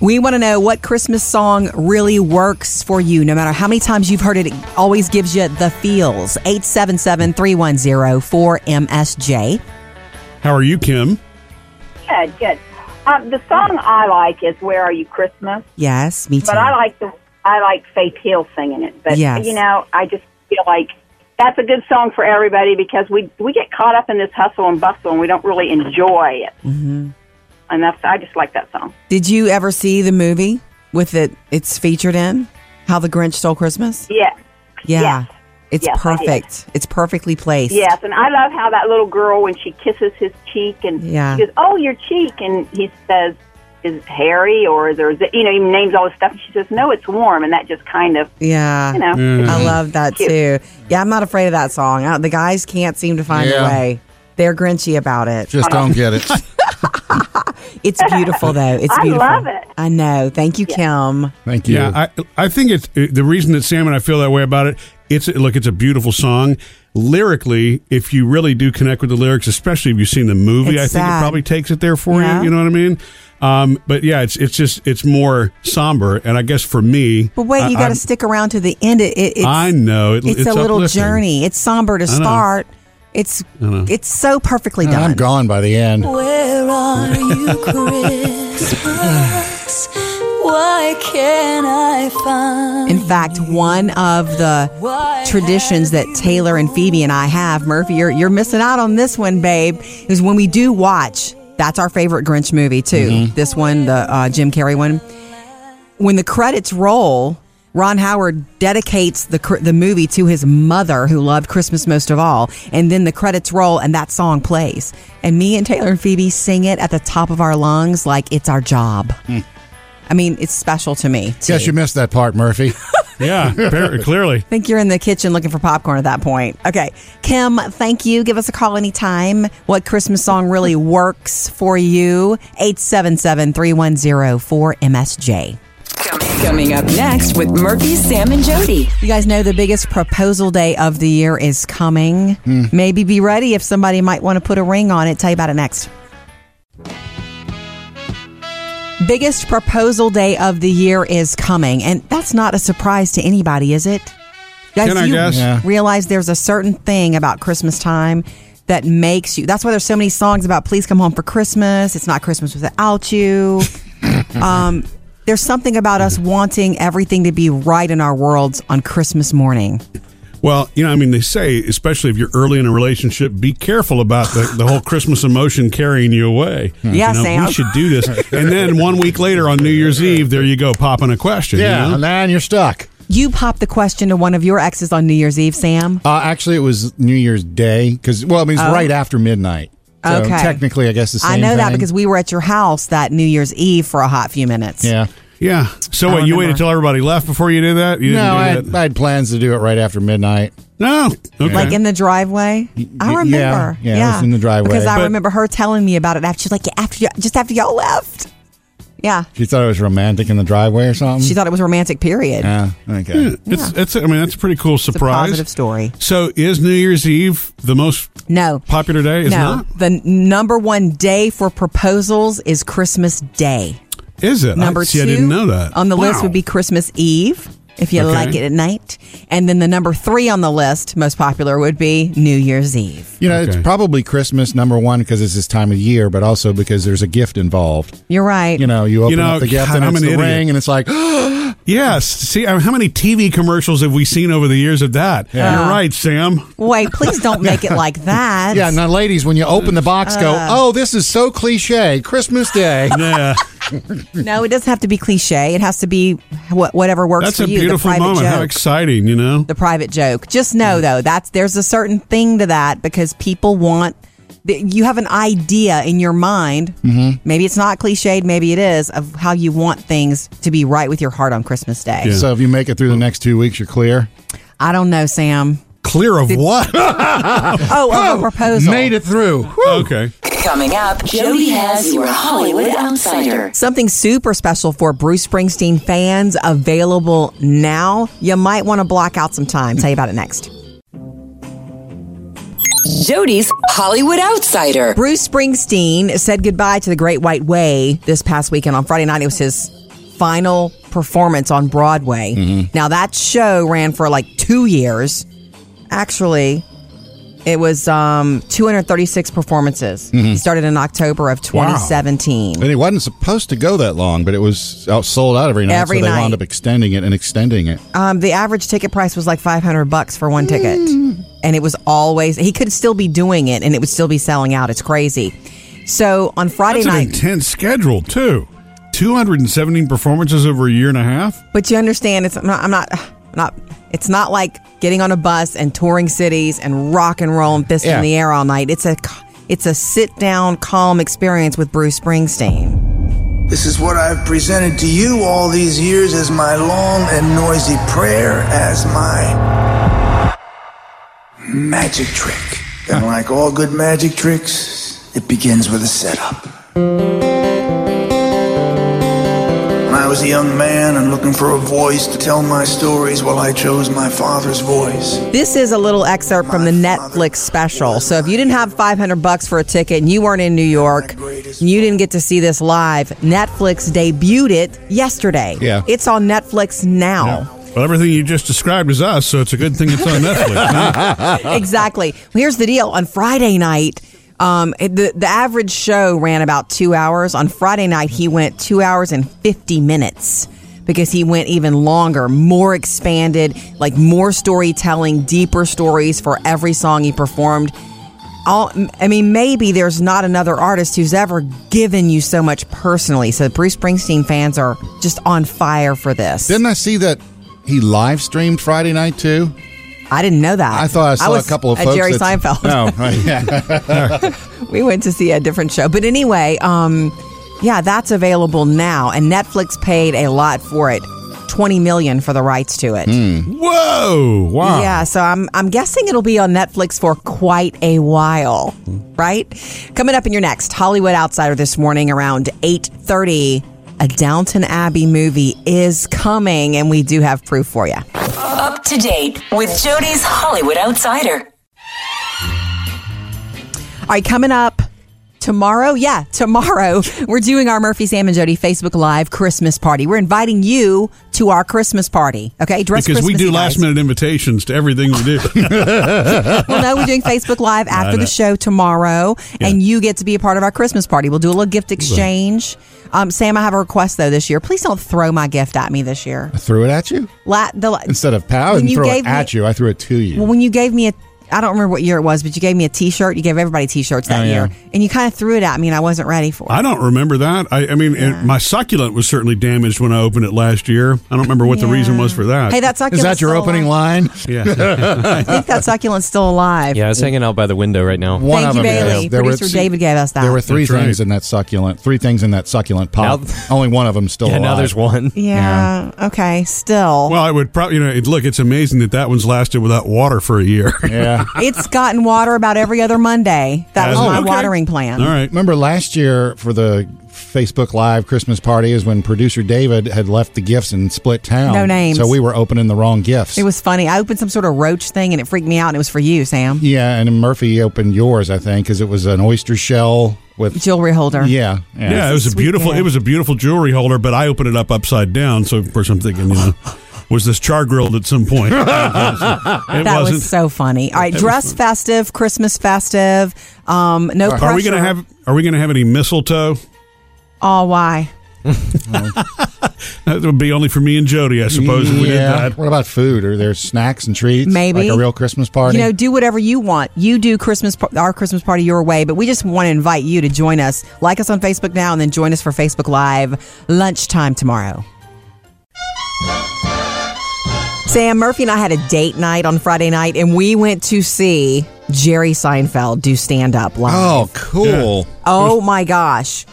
[SPEAKER 1] We want to know what Christmas song really works for you. No matter how many times you've heard it, it always gives you the feels. 877 310 4MSJ.
[SPEAKER 2] How are you, Kim?
[SPEAKER 14] Good, good. Um, the song I like is "Where Are You Christmas,"
[SPEAKER 1] Yes, me too.
[SPEAKER 14] but I like the I like Faith Hill singing it. But
[SPEAKER 1] Yes.
[SPEAKER 14] you know, I just feel like that's a good song for everybody because we we get caught up in this hustle and bustle and we don't really enjoy it.
[SPEAKER 1] Mhm.
[SPEAKER 14] And that's I just like that song.
[SPEAKER 1] Did you ever see the movie with it? It's featured in How the Grinch Stole Christmas.
[SPEAKER 14] Yeah.
[SPEAKER 1] Yeah,
[SPEAKER 14] Yes.
[SPEAKER 1] it's
[SPEAKER 14] Yes, I did.
[SPEAKER 1] perfect. It's perfectly placed.
[SPEAKER 14] Yes, and I love how that little girl when she kisses his cheek and
[SPEAKER 1] Yeah.
[SPEAKER 14] she goes, "Oh, your cheek," and he says, "Is it hairy or is there?" Is it, you know, he names all this stuff, and she says, "No, it's warm," and that just kind of
[SPEAKER 1] Yeah,
[SPEAKER 14] You know.
[SPEAKER 2] Mm-hmm.
[SPEAKER 14] Mhm.
[SPEAKER 1] I love that too. Yeah, I'm not afraid of that song. I, the guys can't seem to find
[SPEAKER 3] Yeah.
[SPEAKER 1] a way. They're grinchy about it.
[SPEAKER 3] Just don't get it.
[SPEAKER 1] It's beautiful though. It's
[SPEAKER 14] I
[SPEAKER 1] beautiful.
[SPEAKER 14] love it.
[SPEAKER 1] I know. Thank you, Kim.
[SPEAKER 3] Thank
[SPEAKER 2] Yeah, I I think it's it- the reason that Sam and I feel that way about it. It's look, it's a beautiful song. Lyrically, if you really do connect with the lyrics, especially if you've seen the movie,
[SPEAKER 1] It's
[SPEAKER 2] I think
[SPEAKER 1] sad.
[SPEAKER 2] it probably takes it there for
[SPEAKER 1] Yeah.
[SPEAKER 2] you. You know what I mean? Um, but yeah, it's it's just it's more somber, and I guess for me,
[SPEAKER 1] But wait,
[SPEAKER 2] I-
[SPEAKER 1] you got
[SPEAKER 2] I'm-
[SPEAKER 1] to stick around to the end. It, it, it's,
[SPEAKER 2] I know it-
[SPEAKER 1] it's,
[SPEAKER 2] it's
[SPEAKER 1] a little
[SPEAKER 2] uplifting.
[SPEAKER 1] journey. It's somber to
[SPEAKER 2] I know.
[SPEAKER 1] start. It's
[SPEAKER 2] know. Oh,
[SPEAKER 1] it's so perfectly done.
[SPEAKER 3] I'm gone by the end.
[SPEAKER 11] Where are you, Christmas? Why can't I find?
[SPEAKER 1] In fact, one of the traditions that Taylor and Phoebe and I have, Murphy, you're, you're missing out on this one, babe, is when we do watch, that's our favorite Grinch movie, too. This one, the uh, Jim Carrey one. When the credits roll, Ron Howard dedicates the cr- the movie to his mother, who loved Christmas most of all, and then the credits roll and that song plays, and me and Taylor and Phoebe sing it at the top of our lungs like it's our job. I mean, it's special to me. too.
[SPEAKER 3] Guess you missed that part, Murphy.
[SPEAKER 2] yeah, appar- clearly.
[SPEAKER 1] I think you're in the kitchen looking for popcorn at that point. Okay. Kim, thank you. Give us a call anytime. What Christmas song really works for you? 877 310 4MSJ.
[SPEAKER 4] Coming up next with Murphy, Sam, and Jody.
[SPEAKER 1] You guys know the biggest proposal day of the year is coming. Maybe be ready if somebody might want to put a ring on it. Tell you about it next. biggest proposal day of the year is coming, and that's not a surprise to anybody, is it? Guys,
[SPEAKER 2] Can I
[SPEAKER 1] you
[SPEAKER 2] guess? Yeah.
[SPEAKER 1] realize there's a certain thing about Christmas time that makes you. That's why there's so many songs about "Please Come Home for Christmas." It's not Christmas without you. um, there's something about us wanting everything to be right in our worlds on Christmas morning.
[SPEAKER 2] Well, you know, I mean, they say, especially if you're early in a relationship, be careful about the, the whole Christmas emotion carrying you away.
[SPEAKER 1] Yeah,
[SPEAKER 2] you know,
[SPEAKER 1] Sam.
[SPEAKER 2] We should do this. And then one week later on New Year's Eve, there you go, popping a question.
[SPEAKER 3] Yeah,
[SPEAKER 2] you know?
[SPEAKER 3] and then you're stuck.
[SPEAKER 1] You popped the question to one of your exes on New Year's Eve, Sam.
[SPEAKER 3] Uh, actually, it was New Year's Day because well, I mean, it's
[SPEAKER 1] Oh.
[SPEAKER 3] right after midnight. So
[SPEAKER 1] Okay.
[SPEAKER 3] Technically, I guess the same.
[SPEAKER 1] I know that
[SPEAKER 3] thing.
[SPEAKER 1] because we were at your house that New Year's Eve for a hot few minutes.
[SPEAKER 3] yeah.
[SPEAKER 2] Yeah. So what, you waited till everybody left before you did that? You
[SPEAKER 3] no, I
[SPEAKER 2] didn't do
[SPEAKER 3] had, I had plans to do it right after midnight.
[SPEAKER 2] No. Okay.
[SPEAKER 1] Like in the driveway, I
[SPEAKER 3] y- yeah,
[SPEAKER 1] remember.
[SPEAKER 3] yeah, it was in the driveway.
[SPEAKER 1] because I
[SPEAKER 3] But-
[SPEAKER 1] remember her telling me about it after she's like "Yeah, after y- just after y'all left. Yeah,
[SPEAKER 3] She thought it was romantic in the driveway or something.
[SPEAKER 1] she thought it was romantic. Period.
[SPEAKER 3] Yeah. Okay.
[SPEAKER 2] Yeah, It's, it's, I mean, that's a pretty cool surprise.
[SPEAKER 1] positive story.
[SPEAKER 2] So is New Year's Eve the most
[SPEAKER 1] No,
[SPEAKER 2] popular day? Is
[SPEAKER 1] no,
[SPEAKER 2] not?
[SPEAKER 1] the number one day for proposals is Christmas Day.
[SPEAKER 2] Is it?
[SPEAKER 1] Number
[SPEAKER 2] I, see,
[SPEAKER 1] two
[SPEAKER 2] I didn't know that.
[SPEAKER 1] on the
[SPEAKER 2] Wow.
[SPEAKER 1] list would be Christmas Eve, if you
[SPEAKER 2] Okay.
[SPEAKER 1] like it at night. And then the number three on the list, most popular, would be New Year's Eve.
[SPEAKER 3] You know, it's probably Christmas number one because it's this time of year, but also because there's a gift involved.
[SPEAKER 1] You're right.
[SPEAKER 3] You know, you open
[SPEAKER 2] know,
[SPEAKER 3] up the gift
[SPEAKER 2] God,
[SPEAKER 3] and
[SPEAKER 2] I'm
[SPEAKER 3] it's
[SPEAKER 2] an
[SPEAKER 3] the
[SPEAKER 2] idiot.
[SPEAKER 3] ring, and it's like,
[SPEAKER 2] Yes. See, I mean, how many TV commercials have we seen over the years of that?
[SPEAKER 3] Yeah.
[SPEAKER 2] You're
[SPEAKER 1] Uh.
[SPEAKER 2] right, Sam.
[SPEAKER 1] Wait, please don't make it like that.
[SPEAKER 3] yeah. Now, ladies, when you open the box, go,
[SPEAKER 1] Uh.
[SPEAKER 3] oh, this is so cliche, Christmas Day.
[SPEAKER 2] Yeah.
[SPEAKER 1] No, it doesn't have to be cliche. It has to be what whatever works
[SPEAKER 2] That's
[SPEAKER 1] for
[SPEAKER 2] a
[SPEAKER 1] you.
[SPEAKER 2] beautiful
[SPEAKER 1] the private
[SPEAKER 2] moment.
[SPEAKER 1] joke.
[SPEAKER 2] How Mm. exciting, you know?
[SPEAKER 1] the private joke. Just know though, that's there's a certain thing to that because people want th- you have an idea in your mind.
[SPEAKER 2] Mm-hmm.
[SPEAKER 1] Maybe it's not cliched, maybe it is of how you want things to be right with your heart on Christmas Day.
[SPEAKER 3] So if you make it through the next two weeks, you're clear.
[SPEAKER 1] I don't know, Sam.
[SPEAKER 2] Clear of what?
[SPEAKER 1] Oh, of a proposal.
[SPEAKER 3] Made it through.
[SPEAKER 2] okay.
[SPEAKER 4] Coming up, Jody has your Hollywood Outsider.
[SPEAKER 1] Something super special for Bruce Springsteen fans available now. You might want to block out some time. Tell you about it next.
[SPEAKER 4] Jody's Hollywood Outsider.
[SPEAKER 1] Bruce Springsteen said goodbye to the Great White Way this past weekend on Friday night. It was his final performance on Broadway. Now that show ran for like two years. Actually, it was um, 236 performances. It started in October of 2017.
[SPEAKER 3] And it wasn't supposed to go that long, but it was out sold out every night.
[SPEAKER 1] Every
[SPEAKER 3] so they
[SPEAKER 1] night.
[SPEAKER 3] wound up extending it and extending it.
[SPEAKER 1] Um, the average ticket price was like 500 bucks for one ticket. And it was always, he could still be doing it and it would still be selling out. It's crazy. So on Friday
[SPEAKER 2] That's an
[SPEAKER 1] night,
[SPEAKER 2] intense schedule, too. 217 performances over a year and a half?
[SPEAKER 1] but you understand it's I'm not, I'm not, not, it's not like getting on a bus and touring cities and rock and roll and fist
[SPEAKER 3] Yeah.
[SPEAKER 1] in the air all night. It's a, it's a sit down, calm experience with Bruce Springsteen.
[SPEAKER 15] This is what I've presented to you all these years as my long and noisy prayer, as my magic trick. And like all good magic tricks, it begins with a setup. When I was a young man and looking for a voice to tell my stories, well, I chose my father's voice.
[SPEAKER 1] This is a little excerpt from the Netflix special. So if you didn't have 500 bucks for a ticket and you weren't in New York, you didn't get to see this live. Netflix debuted it yesterday.
[SPEAKER 2] Yeah.
[SPEAKER 1] It's on Netflix now.
[SPEAKER 2] Well, everything you just described is us, so it's a good thing it's on Netflix. huh?
[SPEAKER 1] exactly. Well, here's the deal. On Friday night, um, it- the the average show ran about two hours. On Friday night, he went two hours and fifty minutes because he went even longer, more expanded, like more storytelling, deeper stories for every song he performed. All, I mean, maybe there's not another artist who's ever given you so much personally. So Bruce Springsteen fans are just on fire for this.
[SPEAKER 3] Didn't I see that he live streamed Friday night too?
[SPEAKER 1] I didn't know that.
[SPEAKER 3] I thought I saw
[SPEAKER 1] was
[SPEAKER 3] a couple of
[SPEAKER 1] at
[SPEAKER 3] folks.
[SPEAKER 1] Jerry
[SPEAKER 3] that- Oh,
[SPEAKER 1] Seinfeld.
[SPEAKER 3] No,
[SPEAKER 1] we went to see a different show. But anyway, um, yeah, that's available now, and Netflix paid a lot for it. 20 million for the rights to it.
[SPEAKER 2] Whoa. Wow.
[SPEAKER 1] Yeah, so I'm I'm guessing it'll be on Netflix for quite a while, right? Coming up in your next Hollywood Outsider this morning around 8:30, a Downton Abbey movie is coming and we do have proof for you.
[SPEAKER 4] Up to date with Jody's Hollywood Outsider.
[SPEAKER 1] All right, coming up tomorrow? Yeah, tomorrow we're doing our Murphy Sam and Jody Facebook Live Christmas party. We're inviting you to our Christmas party. Okay, dress
[SPEAKER 2] because we
[SPEAKER 1] Christmassy,
[SPEAKER 2] do
[SPEAKER 1] guys.
[SPEAKER 2] last minute invitations to everything we do.
[SPEAKER 1] well, no, we're doing Facebook Live after
[SPEAKER 2] know.
[SPEAKER 1] the show tomorrow, and you get to be a part of our Christmas party. We'll do a little gift exchange. Um, Sam, I have a request though this year. Please don't throw my gift at me this year.
[SPEAKER 3] I threw it at you
[SPEAKER 1] La- the,
[SPEAKER 3] instead of pow
[SPEAKER 1] When
[SPEAKER 3] and
[SPEAKER 1] you
[SPEAKER 3] throw
[SPEAKER 1] gave
[SPEAKER 3] it
[SPEAKER 1] me-
[SPEAKER 3] at you. I threw it to you.
[SPEAKER 1] well, when you gave me a, I don't remember what year it was, but you gave me a T-shirt. You gave everybody T-shirts that
[SPEAKER 2] Oh, yeah.
[SPEAKER 1] year, and you kind of threw it at me, and I wasn't ready for it.
[SPEAKER 2] I don't remember that. I, I mean, it- my succulent was certainly damaged when I opened it last year. I don't remember what the reason was for that.
[SPEAKER 1] Hey, that Is succulent's that your still opening
[SPEAKER 3] line?
[SPEAKER 1] I
[SPEAKER 2] Yeah.
[SPEAKER 1] think that succulent's still alive.
[SPEAKER 16] Yeah, it's hanging out by the window right now.
[SPEAKER 3] One
[SPEAKER 1] Thank
[SPEAKER 3] of
[SPEAKER 1] you,
[SPEAKER 3] them
[SPEAKER 1] Bailey.
[SPEAKER 3] is. There were
[SPEAKER 1] Producer
[SPEAKER 3] th-
[SPEAKER 1] David gave us that.
[SPEAKER 3] There were three
[SPEAKER 16] That's right.
[SPEAKER 3] things in that succulent. Three things in that succulent pot. Only one of them still.
[SPEAKER 16] Yeah, now
[SPEAKER 3] alive.
[SPEAKER 16] there's one.
[SPEAKER 1] Yeah. Okay. Still,
[SPEAKER 2] Well, I would probably, you know, it, look, it's amazing that that one's lasted without water for a year.
[SPEAKER 3] Yeah.
[SPEAKER 1] it's gotten water about every other Monday. That was
[SPEAKER 2] Has it?
[SPEAKER 1] my
[SPEAKER 2] Okay.
[SPEAKER 1] watering plan.
[SPEAKER 3] Remember last year for the Facebook Live Christmas party is when producer David had left the gifts and split town.
[SPEAKER 1] No names.
[SPEAKER 3] So we were opening the wrong gifts.
[SPEAKER 1] It was funny. I opened some sort of roach thing, and it freaked me out. And it was for you, Sam.
[SPEAKER 3] yeah, and then Murphy opened yours, I think, because it was an oyster shell with
[SPEAKER 1] jewelry holder.
[SPEAKER 3] Yeah,
[SPEAKER 2] Yeah, it was a beautiful, it was a beautiful jewelry holder, but I opened it up upside down. So of course I'm thinking, you know, was this char grilled at some point?
[SPEAKER 1] that
[SPEAKER 2] wasn't.
[SPEAKER 1] was so funny. All right,
[SPEAKER 2] That was
[SPEAKER 1] dress festive, Christmas festive. Um, no pressure.
[SPEAKER 2] Are we gonna have? Are we gonna have any mistletoe?
[SPEAKER 1] Oh, why?
[SPEAKER 2] That would be only for me and Jody, I suppose. If we did
[SPEAKER 3] Yeah.
[SPEAKER 2] that.
[SPEAKER 3] What about food? Are there snacks and treats?
[SPEAKER 1] Maybe.
[SPEAKER 3] like a real Christmas party.
[SPEAKER 1] You know, do whatever you want. You do Christmas, par- our Christmas party your way, but we just want to invite you to join us. Like us on Facebook now, and then join us for Facebook Live lunchtime tomorrow. Sam Murphy and I had a date night on Friday night, and we went to see Jerry Seinfeld do stand up live.
[SPEAKER 3] Oh, cool.
[SPEAKER 1] Oh my gosh.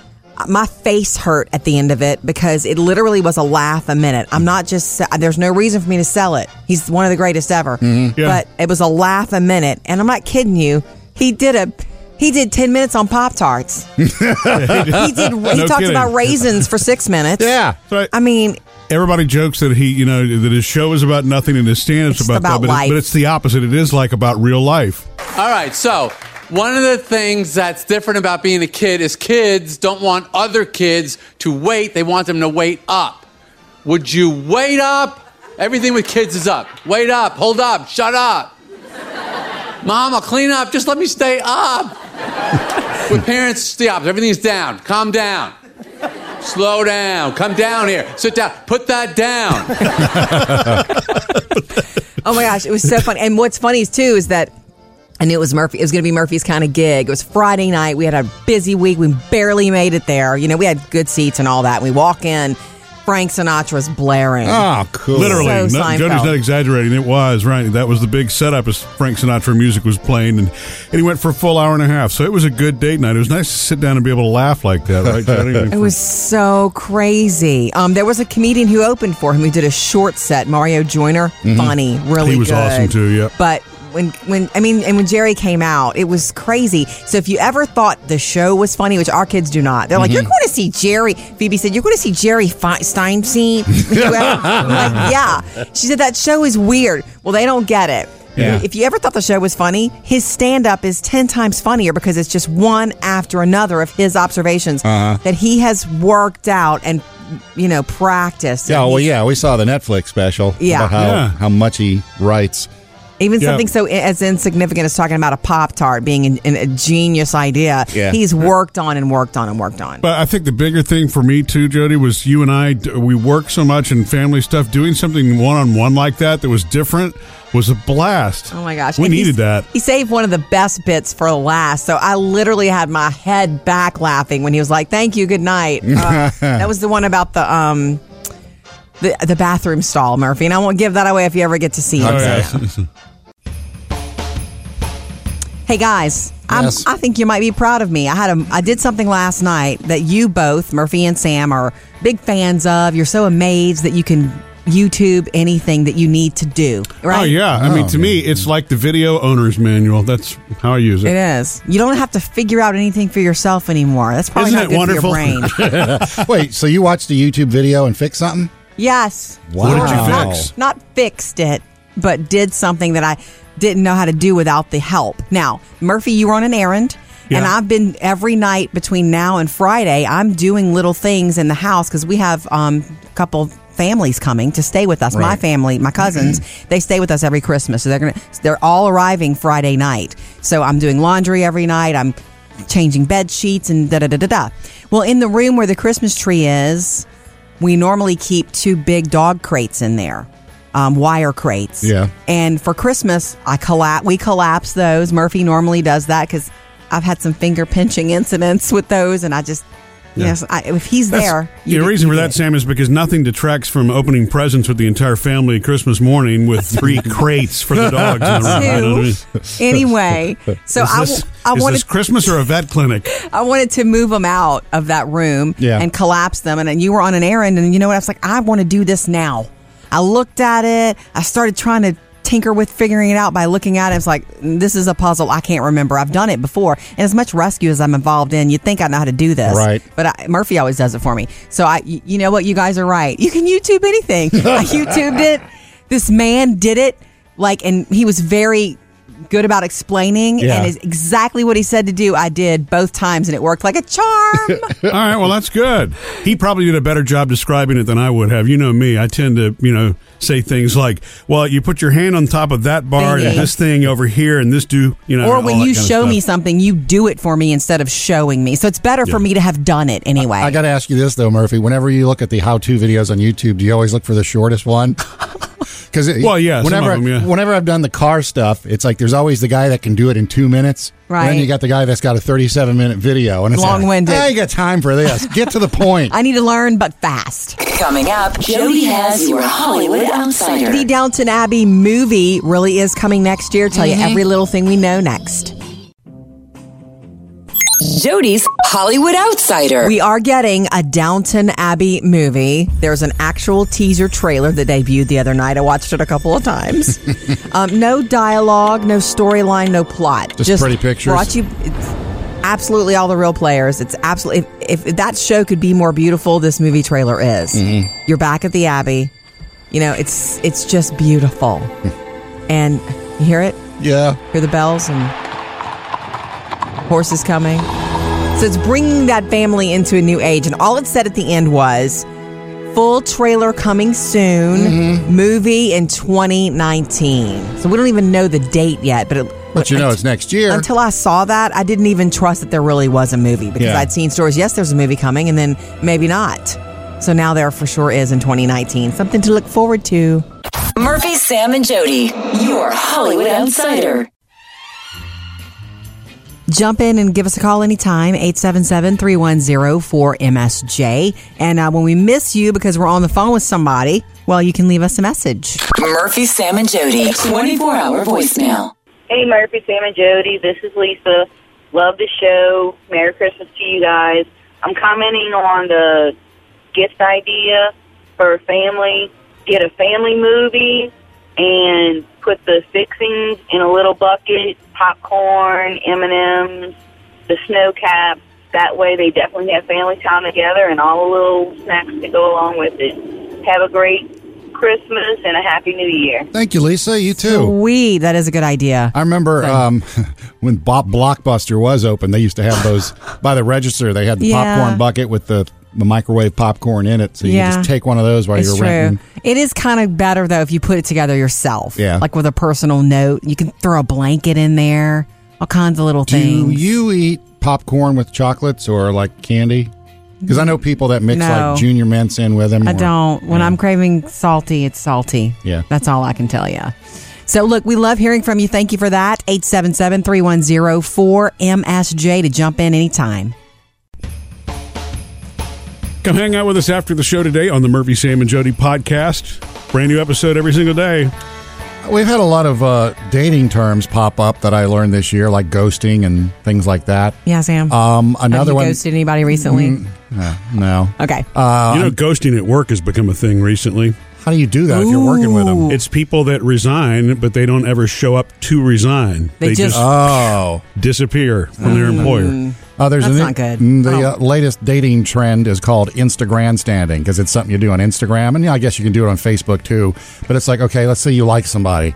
[SPEAKER 1] My face hurt at the end of it because it literally was a laugh a minute. I'm not just, there's no reason for me to sell it. He's one of the greatest ever.
[SPEAKER 11] Mhm. Yeah.
[SPEAKER 1] But it was a laugh a minute. And I'm not kidding you. He did a, he did 10 minutes on Pop Tarts. he did, he
[SPEAKER 2] No
[SPEAKER 1] talked
[SPEAKER 2] kidding.
[SPEAKER 1] about raisins for six minutes. Yeah. I mean,
[SPEAKER 2] Everybody jokes that he, you know, that his show is about nothing and his stand-up's about,
[SPEAKER 1] about
[SPEAKER 2] that, but,
[SPEAKER 1] life.
[SPEAKER 2] It, but it's the opposite. It is like about real life.
[SPEAKER 17] All right, so one of the things that's different about being a kid is kids don't want other kids to wait, they want them to wait up. Would you wait up? Everything with kids is up. Wait up, hold up, shut up. Mom, I'll clean up, just let me stay up. with parents, it's the opposite. Everything's down, calm down. Slow down, come down here, sit down, put that down.
[SPEAKER 1] oh my gosh, it was so fun. And what's funny is too is that I knew it was Murphy. It was going to be Murphy's kind of gig. It was Friday night. We had a busy week. We barely made it there. You know, we had good seats and all that. We walk in, Frank Sinatra's blaring.
[SPEAKER 2] Ah,
[SPEAKER 3] Oh, cool.
[SPEAKER 2] Literally,
[SPEAKER 1] So
[SPEAKER 2] no-
[SPEAKER 1] Seinfeld.
[SPEAKER 2] Jody's not exaggerating. It was right. That was the big setup as Frank Sinatra music was playing, and, and he went for a full hour and a half. So it was a good date night. It was nice to sit down and be able to laugh like that, right,
[SPEAKER 1] It
[SPEAKER 2] Jody?
[SPEAKER 1] was so crazy. Um, there was a comedian who opened for him who did a short set, Mario Joyner.
[SPEAKER 2] Mhm.
[SPEAKER 1] Funny, really
[SPEAKER 2] He was
[SPEAKER 1] good.
[SPEAKER 2] awesome too, yeah.
[SPEAKER 1] But when when I mean and when Jerry came out, it was crazy. So if you ever thought the show was funny, which our kids do not, they're like,
[SPEAKER 11] Mhm.
[SPEAKER 3] Mm-hmm.
[SPEAKER 1] "You're going to see Jerry." Phoebe said, "You're going to see Jerry Fe- Steinstein." Whoever. I'm like, yeah, she said that show is weird. Well, they don't get it.
[SPEAKER 11] Yeah.
[SPEAKER 1] If you ever thought the show was funny, his stand up is 10 times funnier because it's just one after another of his observations
[SPEAKER 3] Uh-huh.
[SPEAKER 1] that he has worked out and, you know, practiced.
[SPEAKER 3] Yeah,
[SPEAKER 1] And
[SPEAKER 3] well,
[SPEAKER 1] he-
[SPEAKER 3] yeah, we saw the Netflix special.
[SPEAKER 1] Yeah.
[SPEAKER 3] about how,
[SPEAKER 1] Yeah.
[SPEAKER 3] how much he writes.
[SPEAKER 1] Even
[SPEAKER 3] Yeah.
[SPEAKER 1] something so i- as insignificant as talking about a Pop Tart being an, an, a genius idea,
[SPEAKER 2] Yeah.
[SPEAKER 1] he's worked on and worked on and worked on.
[SPEAKER 2] But I think the bigger thing for me too, Jody, was you and I. d- We work so much and family stuff. Doing something one on one like that that was different was a blast.
[SPEAKER 1] Oh my gosh.
[SPEAKER 2] we
[SPEAKER 1] And he's-
[SPEAKER 2] needed that.
[SPEAKER 1] He saved one of the best bits for last. So I literally had my head back laughing when he was like, "Thank you, good night." Uh, that was the one about the um the the bathroom stall, Murphy. And I won't give that away if you ever get to see it.
[SPEAKER 2] Oh,
[SPEAKER 1] Hey guys, I'm,
[SPEAKER 11] Yes.
[SPEAKER 1] I think you might be proud of me. I had a I did something last night that you both, Murphy and Sam, are big fans of. You're so amazed that you can YouTube anything that you need to do. Right?
[SPEAKER 2] Oh yeah. I mean, to me, it's like the video owner's manual. That's how I use it.
[SPEAKER 1] It is. You don't have to figure out anything for yourself anymore. That's probably not good for your brain.
[SPEAKER 3] Wait, so you watched a YouTube video and fixed something?
[SPEAKER 1] Yes.
[SPEAKER 3] What did you
[SPEAKER 1] Not-
[SPEAKER 3] fix?
[SPEAKER 1] Not, fixed it, but did something that I didn't know how to do without the help. Now, Murphy, you were on an errand. And
[SPEAKER 2] Yeah.
[SPEAKER 1] I've been every night between now and Friday, I'm doing little things in the house because we have um, a couple families coming to stay with us. My
[SPEAKER 18] Right.
[SPEAKER 1] family, my cousins,
[SPEAKER 3] Mm-hmm.
[SPEAKER 1] they stay with us every Christmas. So they're going to, they're all arriving Friday night. So I'm doing laundry every night. I'm changing bed sheets and da da da da da. Well, in the room where the Christmas tree is, we normally keep two big dog crates in there, um, wire crates.
[SPEAKER 3] Yeah.
[SPEAKER 1] And for Christmas, I colla- we collapse those. Murphy normally does that because I've had some finger pinching incidents with those, and I just
[SPEAKER 2] Yeah.
[SPEAKER 1] yes, I, if he's
[SPEAKER 2] That's-
[SPEAKER 1] there,
[SPEAKER 2] The reason for that, Sam, is because nothing detracts from opening presents with the entire family Christmas morning with three crates for the dogs. In the room, you know what I mean?
[SPEAKER 1] anyway. So
[SPEAKER 2] Is
[SPEAKER 1] I
[SPEAKER 2] this-
[SPEAKER 1] w- I
[SPEAKER 2] is
[SPEAKER 1] wanted-
[SPEAKER 2] this Christmas or a vet clinic?
[SPEAKER 1] I wanted to move them out of that room
[SPEAKER 2] Yeah.
[SPEAKER 1] and collapse them. And then you were on an errand, and you know what? I was like, I want to do this now. I looked at it. I started trying to tinker with figuring it out by looking at it. It's like, this is a puzzle I can't remember. I've done it before. And as much rescue as I'm involved in, you'd think I know how to do this.
[SPEAKER 3] Right.
[SPEAKER 1] But I, Murphy always does it for me. So I, y- you know what? You guys are right. You can YouTube anything. I YouTubed it. This man did it. Like, and he was very good about explaining
[SPEAKER 2] Yeah.
[SPEAKER 1] and is exactly what he said to do. I did both times, and it worked like a charm.
[SPEAKER 2] All right, well that's good. He probably did a better job describing it than I would have. You know me; I tend to, you know, say things like, "Well, you put your hand on top of that bar
[SPEAKER 1] Thingy.
[SPEAKER 2] and this thing over here and this do," you know.
[SPEAKER 1] or
[SPEAKER 2] and
[SPEAKER 1] when
[SPEAKER 2] all that
[SPEAKER 1] you
[SPEAKER 2] kind of
[SPEAKER 1] show
[SPEAKER 2] stuff.
[SPEAKER 1] me something, you do it for me instead of showing me. So it's better
[SPEAKER 3] Yeah.
[SPEAKER 1] for me to have done it anyway.
[SPEAKER 3] I got to ask you this though, Murphy. Whenever you look at the how-to videos on YouTube, do you always look for the shortest one? Because
[SPEAKER 2] Well, yeah, some of
[SPEAKER 3] whenever
[SPEAKER 2] them, yeah.
[SPEAKER 3] whenever I've done the car stuff, it's like there's always the guy that can do it in two minutes. And
[SPEAKER 1] Right.
[SPEAKER 3] then you got the guy that's got a 37 minute video, and it's like,
[SPEAKER 1] Long-winded.
[SPEAKER 3] I ain't got time for this. Get to the point.
[SPEAKER 1] I need to learn, but fast.
[SPEAKER 4] Coming up, Jody has your Hollywood Outsider.
[SPEAKER 1] The Downton Abbey movie really is coming next year. Tell you
[SPEAKER 4] Mhm.
[SPEAKER 1] every little thing we know next.
[SPEAKER 4] Jody's Hollywood Outsider.
[SPEAKER 1] We are getting a Downton Abbey movie. There's an actual teaser trailer that debuted the other night. I watched it a couple of times. um, no dialogue, no storyline, no plot.
[SPEAKER 3] Just pretty pictures.
[SPEAKER 1] Brought you it's absolutely all the real players. It's absolutely if, if that show could be more beautiful, this movie trailer is.
[SPEAKER 3] Mm-hmm.
[SPEAKER 1] You're back at the Abbey. You know, it's it's just beautiful. and you hear it?
[SPEAKER 3] Yeah.
[SPEAKER 1] Hear the bells and horses coming. So it's bringing that family into a new age. And all it said at the end was full trailer coming soon,
[SPEAKER 3] Mm-hmm.
[SPEAKER 1] movie in 2019. So we don't even know the date yet, but it.
[SPEAKER 3] But you know it's next year.
[SPEAKER 1] Until I saw that, I didn't even trust that there really was a movie because
[SPEAKER 3] Yeah.
[SPEAKER 1] I'd seen stories, yes, there's a movie coming, and then maybe not. So now there for sure is in 2019. Something to look forward to.
[SPEAKER 4] Murphy, Sam, and Jody, your Hollywood Outsider.
[SPEAKER 1] Jump in and give us a call anytime, 877-310-4MSJ. And uh, when we miss you because we're on the phone with somebody, well, you can leave us a message.
[SPEAKER 4] Murphy, Sam, and Jody, 24 hour voicemail.
[SPEAKER 19] Hey, Murphy, Sam, and Jody. This is Lisa. Love the show. Merry Christmas to you guys. I'm commenting on the gift idea for a family. Get a family movie and put the fixings in a little bucket, popcorn, M&Ms, the snow caps. That way they definitely have family time together and all the little snacks to go along with it. Have a great Christmas and a Happy New Year.
[SPEAKER 3] Thank you, Lisa. You too.
[SPEAKER 1] Sweet. That is a good idea.
[SPEAKER 3] I remember um, when Bop Blockbuster was open, they used to have those by the register. They had the
[SPEAKER 1] Yeah.
[SPEAKER 3] popcorn bucket with the, the microwave popcorn in it. So you could
[SPEAKER 1] Yeah.
[SPEAKER 3] just take one of those while
[SPEAKER 1] It's
[SPEAKER 3] you're
[SPEAKER 1] true.
[SPEAKER 3] renting.
[SPEAKER 1] It is kind of better though if you put it together yourself.
[SPEAKER 3] Yeah.
[SPEAKER 1] Like with a personal note. You can throw a blanket in there, all kinds of little
[SPEAKER 3] Do
[SPEAKER 1] things.
[SPEAKER 3] you eat popcorn with chocolates or like candy? Because I know people that mix
[SPEAKER 1] Mm, No.
[SPEAKER 3] like junior mints in with them.
[SPEAKER 1] I
[SPEAKER 3] or-
[SPEAKER 1] don't. When I'm craving salty, it's salty.
[SPEAKER 3] Yeah.
[SPEAKER 1] That's all I can tell you. So, look, we love hearing from you. Thank you for that. 877 310 4MSJ to jump in anytime.
[SPEAKER 2] Come hang out with us after the show today on the Murphy, Sam, and Jody podcast. Brand new episode every single day.
[SPEAKER 3] We've had a lot of uh, dating terms pop up that I learned this year, like ghosting and things like that.
[SPEAKER 1] Yeah, Sam.
[SPEAKER 3] Um,
[SPEAKER 1] Have
[SPEAKER 3] another
[SPEAKER 1] you
[SPEAKER 3] one.
[SPEAKER 1] ghosted anybody recently?
[SPEAKER 3] Mm, no, no.
[SPEAKER 1] Okay.
[SPEAKER 3] Uh,
[SPEAKER 2] you know, ghosting at work has become a thing recently.
[SPEAKER 3] How do you do that if you're working with them?
[SPEAKER 2] It's people that resign, but they don't ever show up to resign.
[SPEAKER 1] They just-
[SPEAKER 3] Oh.
[SPEAKER 2] disappear from their employer.
[SPEAKER 3] Uh, there's
[SPEAKER 1] That's
[SPEAKER 3] an-
[SPEAKER 1] not good. Oh.
[SPEAKER 3] mm, The uh, latest dating trend is called Instagram standing because it's something you do on Instagram, and yeah, I guess you can do it on Facebook too. But it's like, okay, let's say you like somebody,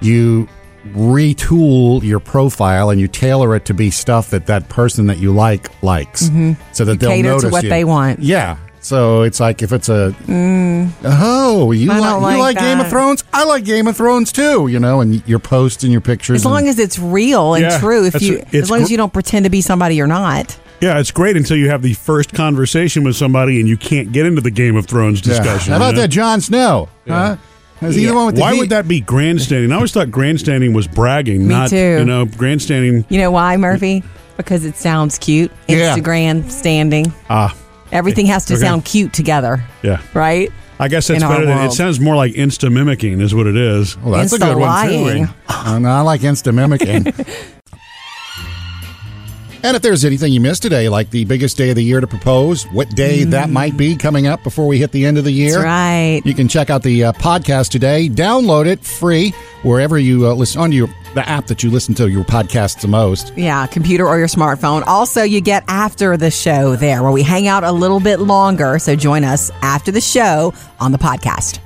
[SPEAKER 3] you retool your profile and you tailor it to be stuff that that person that you like likes,
[SPEAKER 1] Mhm.
[SPEAKER 3] so that
[SPEAKER 1] You
[SPEAKER 3] they'll
[SPEAKER 1] cater to
[SPEAKER 3] notice
[SPEAKER 1] what
[SPEAKER 3] you.
[SPEAKER 1] they want.
[SPEAKER 3] Yeah. So it's like if it's a
[SPEAKER 1] Mm.
[SPEAKER 3] oh you
[SPEAKER 1] I
[SPEAKER 3] like,
[SPEAKER 1] don't
[SPEAKER 3] you
[SPEAKER 1] like
[SPEAKER 3] like Game of
[SPEAKER 1] that.
[SPEAKER 3] Thrones, I like Game of Thrones too, you know, and your posts and your pictures.
[SPEAKER 1] As long
[SPEAKER 3] and-
[SPEAKER 1] as it's real and
[SPEAKER 2] Yeah,
[SPEAKER 1] true, if
[SPEAKER 2] that's-
[SPEAKER 1] you
[SPEAKER 2] it's
[SPEAKER 1] as long
[SPEAKER 2] gr-
[SPEAKER 1] as you don't pretend to be somebody you're not.
[SPEAKER 2] Yeah, it's great until you have the first conversation with somebody and you can't get into the Game of Thrones
[SPEAKER 3] Yeah.
[SPEAKER 2] discussion.
[SPEAKER 3] How about
[SPEAKER 2] you know?
[SPEAKER 3] that Jon Snow? Huh? Is he the one with the
[SPEAKER 2] Why
[SPEAKER 3] heat?
[SPEAKER 2] would that be grandstanding? I always thought grandstanding was bragging,
[SPEAKER 1] Me
[SPEAKER 2] not
[SPEAKER 1] too.
[SPEAKER 2] you know grandstanding.
[SPEAKER 1] You know why, Murphy? Because it sounds cute.
[SPEAKER 2] Yeah.
[SPEAKER 1] Instagram standing.
[SPEAKER 2] Ah,
[SPEAKER 1] Everything has to
[SPEAKER 2] Okay.
[SPEAKER 1] sound cute together,
[SPEAKER 2] yeah.
[SPEAKER 1] right?
[SPEAKER 2] I guess that's
[SPEAKER 1] In our
[SPEAKER 2] better than it
[SPEAKER 1] world.
[SPEAKER 2] sounds more like insta mimicking is what it is.
[SPEAKER 3] Well, that's a good one too. I, I like insta mimicking. and if there's anything you missed today, like the biggest day of the year to propose, what day that might be coming up before we hit the end of the year,
[SPEAKER 1] Mm-hmm. That's right?
[SPEAKER 3] You can check out the uh, podcast today. Download it free wherever you uh, listen on your the app that you listen to your podcasts the most.
[SPEAKER 1] Yeah, computer or your smartphone. Also, you get after the show there where we hang out a little bit longer. So join us after the show on the podcast.